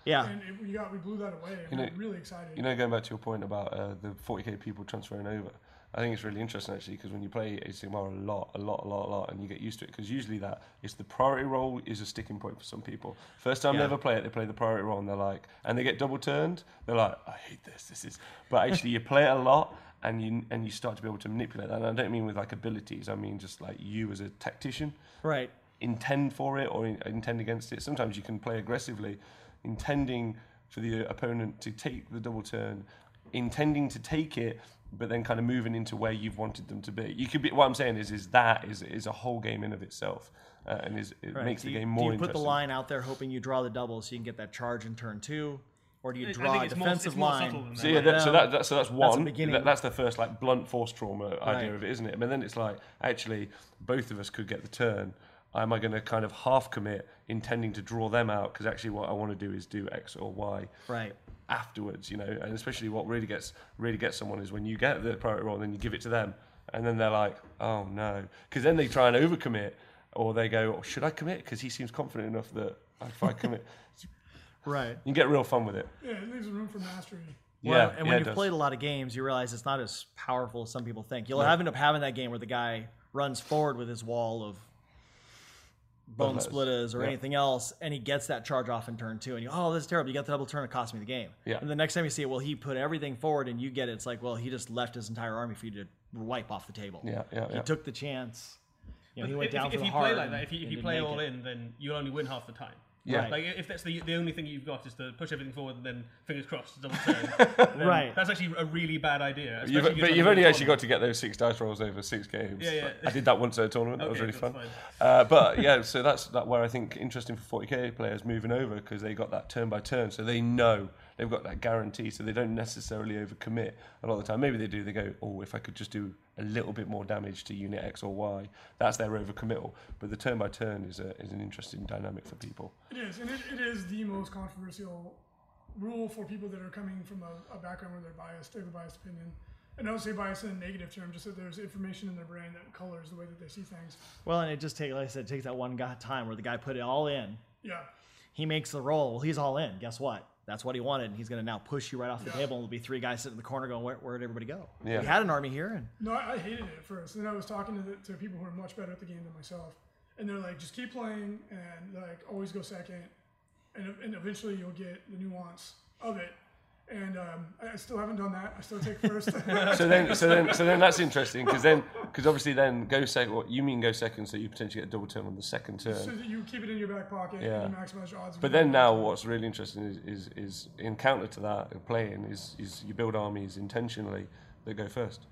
B: Yeah.
A: And it, we got we blew that away. And
E: know-
A: we're really excited.
E: you know, going back to your point about uh, the 40k people transferring over, I think it's really interesting actually because when you play HCMR a lot, a lot, a lot, a lot, and you get used to it, because usually that is the priority role is a sticking point for some people. First time they
B: Yeah.
E: ever play it, they play the priority role and they're like, and they get double turned. They're like, I hate this. This is, but actually you play it a lot. And you and you start to be able to manipulate that. And I don't mean with like abilities. I mean just like you as a tactician.
B: Right.
E: intend for it or in, intend against it. Sometimes you can play aggressively, intending for the opponent to take the double turn, intending to take it, but then kind of moving into where you've wanted them to be. You could be. What I'm saying is, is that is is a whole game in of itself, uh, and is it
B: Right.
E: makes
B: do
E: the
B: you,
E: game more
B: do you put
E: interesting.
B: the line out there hoping you draw the double so you can get that charge in turn two, or do you
D: I
B: draw
D: think
B: a
D: it's more, it's
B: defensive
D: more
B: line?
D: subtle than that.
E: So yeah, that, so
B: Um,
E: that, that so that's
B: a
E: one.
B: beginning.
E: That, that's the first like blunt force trauma idea
B: Right.
E: of it, isn't it? But then it's like actually both of us could get the turn. Am I going to kind of half commit, intending to draw them out? Because actually, what I want to do is do X or Y
B: Right.
E: afterwards, you know. And especially what really gets really gets someone is when you get the priority role and then you give it to them, and then they're like, oh no, because then they try and overcommit, or they go, oh, should I commit? Because he seems confident enough that if I commit,
B: Right.
E: You can get real fun with it.
A: Yeah, it leaves room for mastery.
B: Well,
E: yeah,
B: and when
E: yeah, it
B: you've
E: does.
B: played a lot of games, you realize it's not as powerful as some people think. You'll end up having that game where the guy runs forward with his wall of bone
E: Bullets.
B: splitters or
E: Yeah.
B: anything else, and he gets that charge off in turn two, and you, oh, this is terrible. You got the double turn, it cost me the game.
E: Yeah.
B: And the next time you see it, well, he put everything forward, and you get it. It's like, well, he just left his entire army for you to wipe off the table.
E: Yeah, yeah,
B: He
E: yeah.
B: took the chance. You know, he
D: If-
B: went
D: if,
B: down
D: if
B: for the
D: you
B: hard.
D: play like
B: and-
D: that, if you,
B: and
D: if you
B: didn't
D: play
B: make
D: all
B: it.
D: in, then you'll only win half the time.
E: Yeah.
B: Right.
D: Like if that's the, the only thing you've got is to push everything forward, then fingers crossed, double turn. then
B: Right.
D: That's actually a really bad idea.
E: You've,
D: especially if you're
E: but
D: trying
E: you've
D: to
E: only
D: win a
E: actually got
D: tournament.
E: to get those six dice rolls over six games.
D: Yeah, yeah.
E: I did that once at a tournament. that was
D: Okay,
E: really
D: that's
E: fun.
D: fine.
E: Uh, but yeah, so that's that where I think interesting for 40k players moving over because they got that turn by turn, so they know they've got that guarantee, so they don't necessarily overcommit a lot of the time. Maybe they do. They go, oh, if I could just do a little bit more damage to unit X or Y, that's their overcommittal. But the turn by turn is a, is an interesting dynamic for people.
A: It is, and it, it is the most controversial rule for people that are coming from a, a background where they're biased, they have a biased opinion. And I don't say bias in a negative term, just that there's information in their brain that colors the way that they see things.
B: Well, and it just takes, like I said, it takes that one guy time where the guy put it all in.
A: Yeah.
B: He makes the roll. Well, he's all in. Guess what? That's what he wanted. And he's going to now push you right off the table. And there'll be three guys sitting in the corner going, Where, where'd everybody go?
E: Yeah.
B: We had an army here. And
A: No, I, I hated it at first. And then I was talking to, the, to people who are much better at the game than myself. And they're like, just keep playing and like always go second. And, and eventually you'll get the nuance of it. And um, I I still haven't done that. I still take first.
E: So then, so then, so then that's interesting because then, because obviously then go second. What you mean go second? So you potentially get a double turn on the second turn.
A: so that you keep it in your back pocket
E: Yeah.
A: and you maximize your odds. of
E: But
A: winning.
E: then now, what's really interesting is is, is in counter to that in playing is is you build armies intentionally that go first.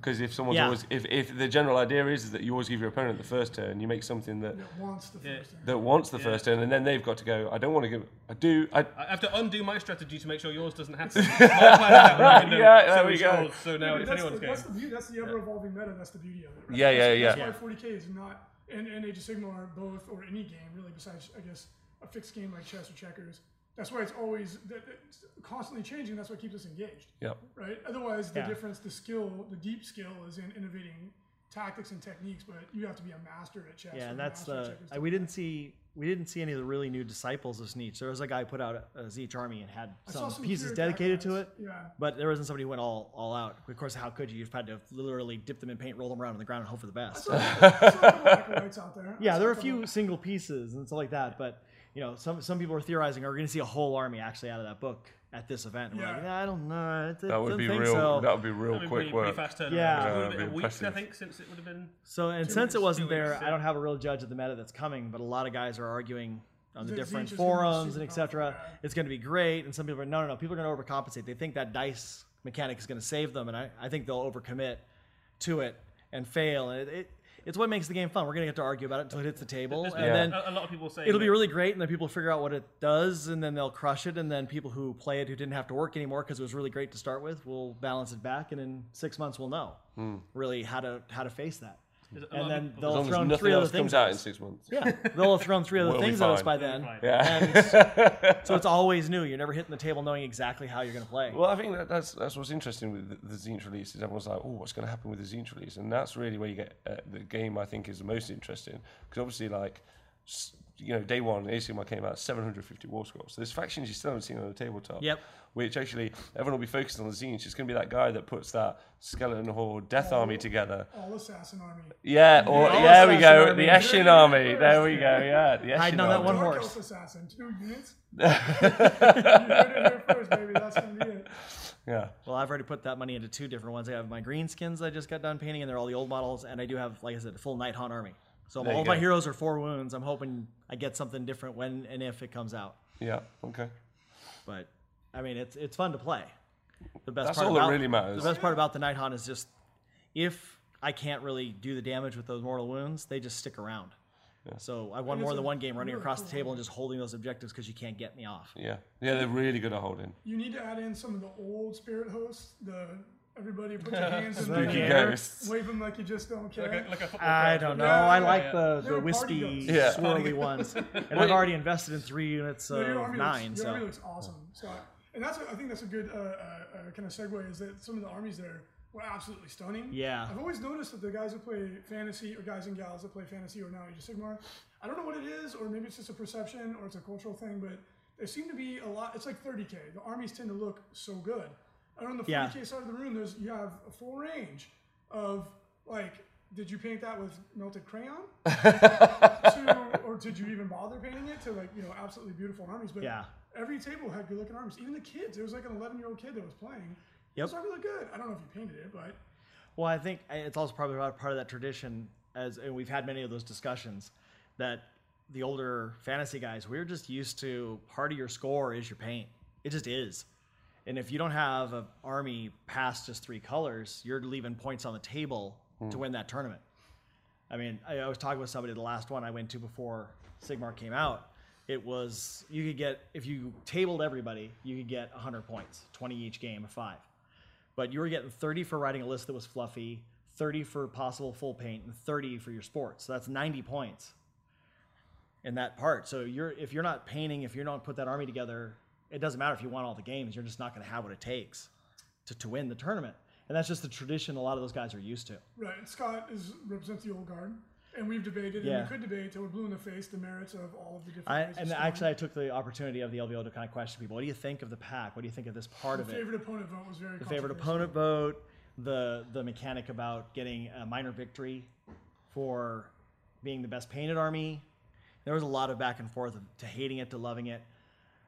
E: Because if someone's
B: Yeah.
E: always if, if the general idea is, that you always give your opponent the first turn, you make something that
A: That wants the first thing.
E: that wants the first turn, and then they've got to go. I don't want to give. I do. I
D: I have to undo my strategy to make sure yours doesn't happen. My plan out the window,
E: Yeah, there
D: so
E: we
D: it's
E: go.
D: yours, So now
A: But
D: it's
A: that's, the,
D: anyone's game.
A: that's the beauty. That's the ever evolving meta. That's the beauty of it. Right?
E: Yeah,
A: That's-
E: yeah,
A: That's why 40k is not and, and Age of Sigmar are both or any game really besides I guess a fixed game like chess or checkers. That's why it's always that- it's constantly changing. That's what keeps us engaged,
E: yeah.
A: right? Otherwise, the
B: Yeah.
A: difference, the skill, the deep skill, is in innovating tactics and techniques. But you have to be a master at chess.
B: yeah,
A: or
B: and
A: a
B: that's
A: master at
B: the.
A: checkers
B: I,
A: to
B: we
A: do that.
B: didn't see. We didn't see any of the really new disciples of Sneech. There was a guy who put out a Zeech army and had
A: I saw
B: some, pieces
A: pure
B: dedicated to
A: backgrounds.
B: it,
A: Yeah.
B: but there wasn't somebody who went all, all out. Of course, how could you? You've had to literally dip them in paint, roll them around on the ground, and hope for the best.
A: I saw a couple black and whites out there. I
B: Yeah,
A: saw
B: there are a
A: couple-
B: few single pieces and stuff like that, but you know, some some people are theorizing, are we going to see a whole army actually out of that book at this event? And we're like,
A: Yeah.
B: "Nah, I don't know. I d-
E: That would
B: don't
E: be
B: think
E: real.
B: So,
E: That would be real
D: That'd be
E: quick
D: pretty,
E: work.
D: pretty fast turnaround.
B: Yeah.
D: It
E: Yeah,
D: would
E: it'd
D: have been
E: be
D: a week, I
E: impressive.
D: think, since it would have been.
B: so, and
D: Two
B: since
D: weeks,
B: it wasn't
D: two weeks,
B: there,
D: yeah.
B: I don't have a real judge of the meta that's coming, but a lot of guys are arguing on the
A: The
B: different
A: Zeech is gonna be
B: forums and
A: super
B: etc.
A: powerful, yeah.
B: It's going to be great, and some people are no, no, no. People are going to overcompensate. They think that dice mechanic is going to save them, and I, I think they'll overcommit to it and fail. And it, it it's what makes the game fun. We're going to have to argue about it until it hits the table,
D: There's
B: and
D: been
B: then
D: a, a lot of people saying
B: It'll be
D: that-
B: really great, and then people figure out what it does, and then they'll crush it, and then people who play it who didn't have to work anymore because it was really great to start with will balance it back, and in six months we'll know really how to how to face that,
D: there's a lot
B: and
D: of
B: then
D: people-
E: Hmm. As
B: they'll
E: long
B: have
E: as
B: thrown
E: nothing
B: three other
E: else comes
B: things.
E: out in six months.
B: Yeah, they'll have thrown three other
E: We'll be
B: things at us
E: fine.
B: by then,
D: Right.
B: and so it's always new. You're never hitting the table knowing exactly how you're going to play.
E: Well, I think that, that's that's what's interesting with the, the Zinch release is everyone's like, oh, what's going to happen with the Zinch release? And that's really where you get uh, the game. I think is the most interesting because obviously, like, s- you know, day one, ACMR came out 750 war scrolls. So there's factions you still haven't seen on the tabletop.
B: Yep.
E: Which actually everyone will be focused on the Zinch. It's going to be that guy that puts that skeleton horde death army together.
A: All assassin army.
E: Yeah. Or
B: Yeah,
E: yeah, we
B: Assassin
E: go
B: Army.
E: the Ashen army. There we go. Yeah. The
B: Hiding
E: Ashen
B: on that
E: army.
B: one
A: Dark
B: horse.
A: Elf assassin. Two units. you heard it here first, baby. That's gonna be it.
E: Yeah.
B: Well, I've already put that money into two different ones. I have my green skins I just got done painting, and they're all the old models. And I do have, like I said, a full Night Hunt army. So
E: There you
B: all my
E: go.
B: heroes are four wounds. I'm hoping I get something different when and if it comes out.
E: Yeah. Okay.
B: But I mean, it's it's fun to play. The best
E: That's
B: part
E: all that
B: about,
E: really matters.
B: The best part about the Night Hunt is just if I can't really do the damage with those mortal wounds, they just stick around. So I won more than one game running across the table and just holding those objectives because you can't get me off.
E: Yeah. Yeah. They're really good at holding.
A: You need to add in some of the old spirit hosts. The everybody put their hands in the
E: Spooky
A: air,
E: ghosts.
A: wave them like you just don't care.
D: Like a, like a football
B: I
D: crowd.
B: don't know.
A: Yeah,
B: I
A: yeah,
B: like
D: yeah.
B: the,
A: They're
B: the
A: party
B: whiskey
A: guns.
E: Yeah.
B: swirly ones. And I've already invested in three units
A: No, your
B: of
A: army
B: nine.
A: looks, your army
B: So
A: looks awesome. So, and that's what, I think that's a good uh, uh, uh, kind of segue is that some of the armies there were absolutely stunning.
B: Yeah.
A: I've always noticed that the guys that play fantasy or guys and gals that play fantasy or now Age of Sigmar, I don't know what it is, or maybe it's just a perception or it's a cultural thing, but It seemed to be a lot. It's like 30k. The armies tend to look so good. And on the 40k
B: Yeah.
A: side of the room, there's you have a full range of like, did you paint that with melted crayon, to, or did you even bother painting it to like you know absolutely beautiful armies? But
B: Yeah.
A: every table had good looking armies. Even the kids. There was like an 11 year old kid that was playing.
B: Yep.
A: His army looked good. I don't know if you painted it, but
B: Well, I think eh, it's also probably about part of that tradition, as and we've had many of those discussions, that the older fantasy guys we're just used to part of your score is your paint. It just is, and if you don't have an army past just three colors, you're leaving points on the table to win that tournament. I mean, I, I was talking with somebody the last one I went to before Sigmar came out. It was you could get if you tabled everybody, you could get 100 points, 20 each game, of five. But you were getting 30 for writing a list that was fluffy, 30 for possible full paint, and 30 for your sports. So that's 90 points in that part. So you're if you're not painting, if you don't put that army together, it doesn't matter if you won all the games. You're just not going to have what it takes to, to win the tournament. And that's just the tradition a lot of those guys are used to.
A: Right. Scott is represents the old guard, and we've debated,
B: Yeah.
A: and we could debate till we're blue in the face the merits of all of the different.
B: I,
A: ways of
B: and
A: scoring.
B: actually, I took the opportunity of the LVO to kind of question people. What do you think of the pack? What do you think of this part
A: the
B: of it?
A: favorite opponent vote was very.
B: The favorite opponent vote, the the mechanic about getting a minor victory for being the best painted army. There was a lot of back and forth of, to hating it to loving it,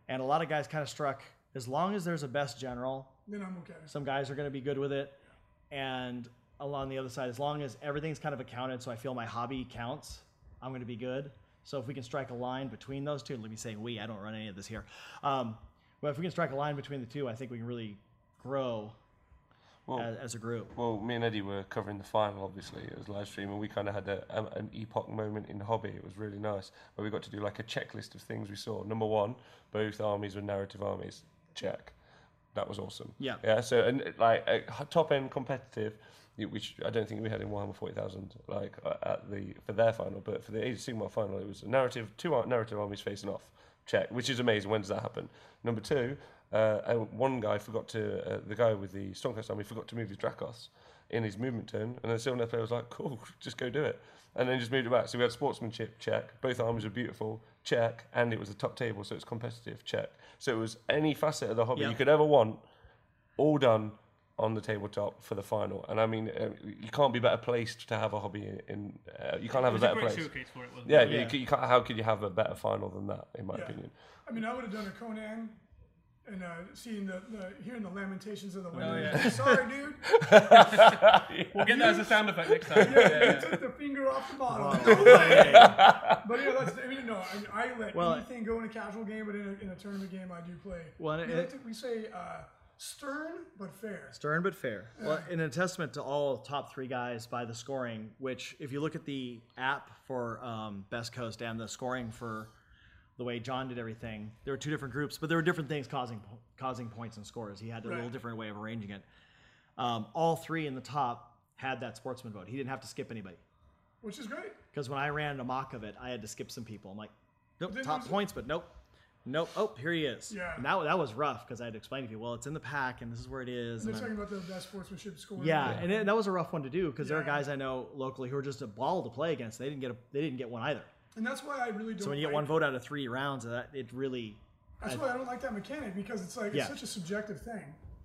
B: and a lot of guys kind of struck. As long as there's a best general,
A: Then I'm okay.
B: some guys are going to be good with it, and along the other side, as long as everything's kind of accounted, so I feel my hobby counts, I'm going to be good. So if we can strike a line between those two, let me say we, I don't run any of this here. Um, but if we can strike a line between the two, I think we can really grow
E: Well-
B: as, as a group.
E: Well, me and Eddie were covering the final, obviously. It was live stream, and we kind of had a, a, an epoch moment in hobby. It was really nice, where we got to do like a checklist of things we saw. Number one, both armies were narrative armies. Check. That was awesome.
B: Yeah.
E: Yeah. So, and uh, like a h- top end competitive, y- which I don't think we had in Warhammer Forty Thousand, like uh, at the for their final, but for the Age of Sigmar final, it was a narrative two ar- narrative armies facing off. Check, which is amazing. When does that happen? Number two, uh, uh, one guy forgot to uh, the guy with the Stormcast army forgot to move his Drakos in his movement turn, and the Sylvaneth player was like, "Cool, just go do it," and then just moved it back. So we had sportsmanship check. Both armies were beautiful check, and it was the top table, so it's competitive check. So it was any facet of the hobby
B: Yeah.
E: you could ever want all done on the tabletop for the final. And I mean, uh, you can't be better placed to have a hobby in. in uh, you can't have
D: It was
E: a
D: a
E: better
D: great
E: place.
D: showcase for it, wasn't
E: Yeah,
D: it?
E: You, c- you can't, how could you have a better final than that, in my
A: Yeah.
E: opinion?
A: I mean, I would have done a Conan, and uh, seeing the, the hearing the lamentations of
B: Oh,
A: the women.
D: yeah.
A: Sorry, dude.
D: We'll get that as a sound effect next time. yeah, yeah,
A: You
D: yeah.
A: took the finger off the bottle. but yeah, that's. I mean, no, I, I let
B: Well,
A: anything go in a casual game, but in a, in a tournament game, I do play.
B: Well, and
A: we,
B: it-
A: like to- we say uh, stern but fair.
B: Stern but fair. Well, and a testament to all top three guys by the scoring, which if you look at the app for um, Best Coast and the scoring for the way John did everything, there were two different groups, but there were different things causing causing points and scores. He had a little
A: Right.
B: different way of arranging it. Um, all three in the top had that sportsman vote. He didn't have to skip anybody
A: Which is great.
B: because when I ran a mock of it, I had to skip some people. I'm like, nope,
A: then
B: top
A: there's-
B: points, but nope. Nope. Oh, here he is.
A: Yeah.
B: And that, that was rough because I had to explain to people, well, it's in the pack and this is where it is.
A: They're
B: and I'm-
A: talking about the best sportsmanship score.
B: yeah, and it, that was a rough one to do because there are
A: Yeah.
B: guys I know locally who are just a ball to play against. They didn't get a, they didn't get one either.
A: and that's why I really don't.
B: So when you get
A: like-
B: one vote out of three rounds, that it really
A: That's why I don't like that mechanic because it's like
B: Yeah.
A: it's such a subjective thing,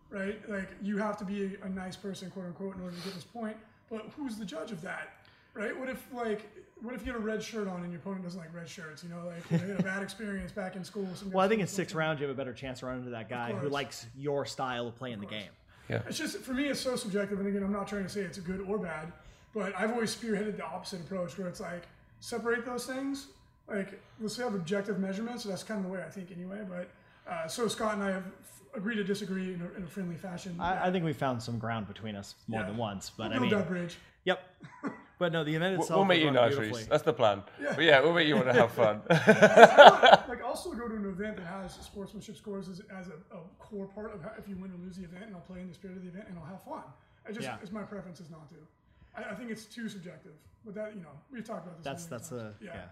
A: right? Like you have to be a nice person, quote unquote, in order to get this point. But who's the judge of that, right? What if like what if you get a red shirt on and your opponent doesn't like red shirts? You know, like you had a bad experience back in school. some
B: well. I
A: guys-
B: think in six rounds you have a better chance to run into that guy who
A: course.
B: likes your style of playing the game.
A: It's just for me, it's so subjective. And again, I'm not trying to say it's good or bad, but I've always spearheaded the opposite approach where it's like separate those things. Like let's have objective measurements. So that's kind of the way I think anyway. But uh, so Scott and I have agreed to disagree in a, in a friendly fashion.
B: I, I think we found some ground between us more
A: Yeah.
B: than once, but I
A: Build
B: mean,
A: that bridge.
B: yep. But no, the event
E: We'll,
B: itself
E: we'll
B: was
E: make you
B: run
E: nice,
B: beautifully.
E: Reese. That's the plan. Yeah. But yeah, we'll make you want to have fun.
A: like I'll still go to an event that has sportsmanship scores as, as a, a core part of how, if you win or lose the event, and I'll play in the spirit of the event, and I'll have fun. I just
B: Yeah.
A: it's my preference is not to. I, I think it's too subjective. But that you know we've talked about this.
B: That's
A: million
B: that's the
A: times.
B: yeah.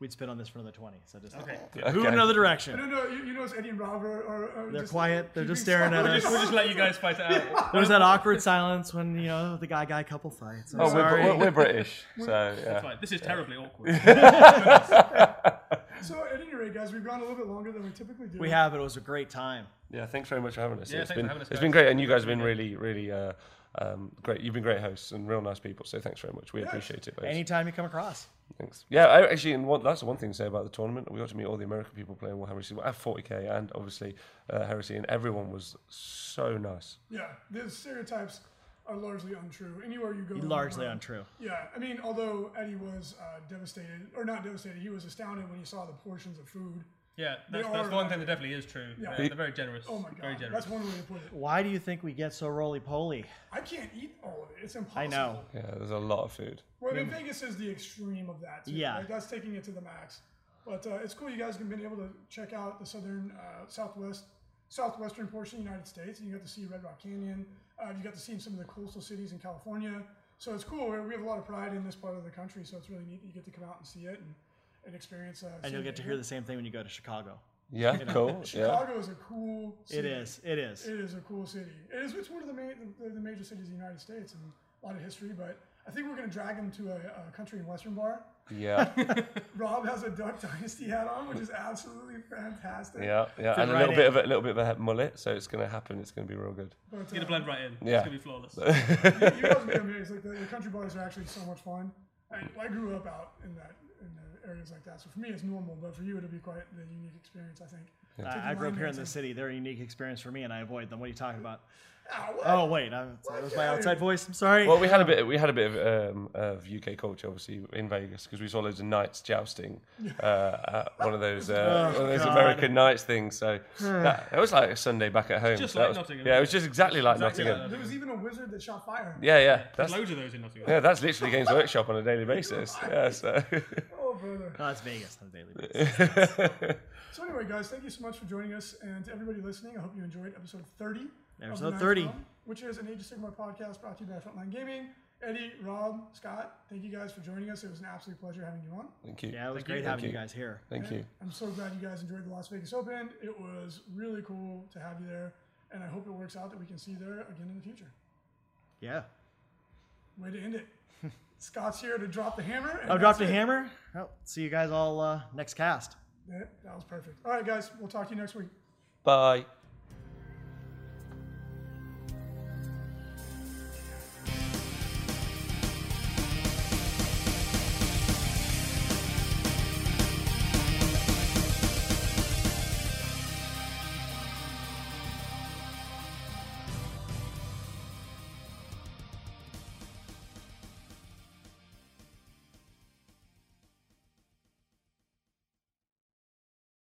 B: We'd spit on this for another twenty, so just okay.
E: Okay.
B: move in
A: No,
B: another direction.
A: no, you, you notice Eddie and Rob are, are, are
B: They're
A: just
B: quiet. They're just
A: keeping
B: staring at
A: silent.
B: us.
D: We'll just let you guys fight it out.
B: There was that awkward silence when you know the guy guy couple fights. I'm
E: Oh, we're,
B: sorry.
E: we're, we're British, so yeah.
D: Right, this is terribly awkward.
A: So at any rate, guys, we've gone a little bit longer than we typically do.
F: We have, but it was a great time.
E: Yeah, thanks very much for having us.
D: Yeah,
E: It's
D: thanks for
E: been
D: having us,
E: it's
D: guys.
E: been great, and you guys have been really, really uh, um, great. You've been great hosts and real nice people. So thanks very much. We appreciate it. Both.
F: Anytime you come across.
E: Thanks. Yeah, I actually, and one, that's the one thing to say about the tournament. We got to meet all the American people playing Warhammer Heresy at 40k, and obviously uh, Heresy, and everyone was so nice.
A: Yeah, the stereotypes are largely untrue. Anywhere you go, around the
F: Largely
A: world.
F: untrue.
A: Yeah, I mean, although Eddie was uh, devastated, or not devastated, he was astounded when he saw the portions of food.
D: Yeah, that's,
A: They
D: that's
A: are,
D: one
A: uh,
D: thing that definitely is true.
A: Yeah.
D: They're, they're very generous.
A: Oh my
D: Very
A: god,
D: generous.
A: that's one way to put it.
F: Why do you think we get so roly poly?
A: I can't eat all of it; it's impossible.
F: I know.
E: Yeah, there's a lot of food.
A: Well, I mean, Vegas is the extreme of that. Too.
F: Yeah.
A: like, that's taking it to the max. But uh, it's cool you guys have been able to check out the southern, uh, southwest, southwestern portion of the United States, and you got to see Red Rock Canyon. Uh, you got to see some of the coastal cities in California. So it's cool. We we have a lot of pride in this part of the country, so it's really neat that you get to come out and see it and, and experience. Uh,
F: And you'll
A: San
F: get to
A: Diego.
F: hear the same thing when you go to Chicago.
E: Yeah, cool. Yeah.
A: Chicago is a cool.
F: It
A: City.
F: is. It is.
A: It is a cool city. It is. It's one of the, ma- the, the major cities in the United States and a lot of history. But I think we're going to drag him to a, a country and western bar.
E: Yeah,
A: Rob has a Duck Dynasty hat on, which is absolutely fantastic.
E: yeah, yeah, and a
F: right
E: little
F: in.
E: bit of a little bit of a mullet, so it's gonna happen. It's gonna be real good.
A: But, uh,
D: It's going to blend right in.
E: Yeah.
D: It's going to be flawless.
A: you guys would be amazed. Like the, the country bars are actually so much fun. I, I grew up out in that in the areas like that, so for me it's normal. But for you, it'll be quite the unique experience, I think.
F: I, I grew up here in the
A: Taking
F: city. They're a unique experience for me, and I avoid them. What are you talking about?
A: Ah, what?
F: Oh wait, I, that was my outside voice. I'm sorry.
E: Well, we had a bit. We had a bit of, um, of UK culture, obviously, in Vegas because we saw loads of knights jousting uh, at one of those uh,
D: Oh,
E: one of those
F: God.
E: American knights things. So that, it was like a Sunday back at home.
D: Hmm. Just
E: So that
D: like
E: was-
D: Nottingham.
E: Yeah, it was just exactly like
D: Exactly like
E: Nottingham.
A: There was even a wizard that shot fire.
E: Yeah, yeah. That's
D: Loads of those in Nottingham.
E: yeah, that's literally Games Workshop on a daily basis. Yeah, so
A: Oh brother.
F: No, that's Vegas on a daily basis.
A: So anyway, guys, thank you so much for joining us, and to everybody listening, I hope you enjoyed episode 30. of The
F: Episode
A: Ninth
F: 30.
A: Round, which is an Age of Sigmar podcast brought to you by Frontline Gaming. Eddie, Rob, Scott, thank you guys for joining us. It was an absolute pleasure having you on.
E: thank you.
F: Yeah, it was great having you guys here.
E: Thank you.
A: I'm so glad you guys enjoyed the Las Vegas Open. It was really cool to have you there, and I hope it works out that we can see you there again in the future.
F: Yeah.
A: Way to end it. Scott's here to drop the hammer. and
F: Oh, dropped a
A: that's it.
F: hammer. Well, see you guys all uh, next cast.
A: That- that was perfect. All right, guys, we'll talk to you next week.
E: Bye.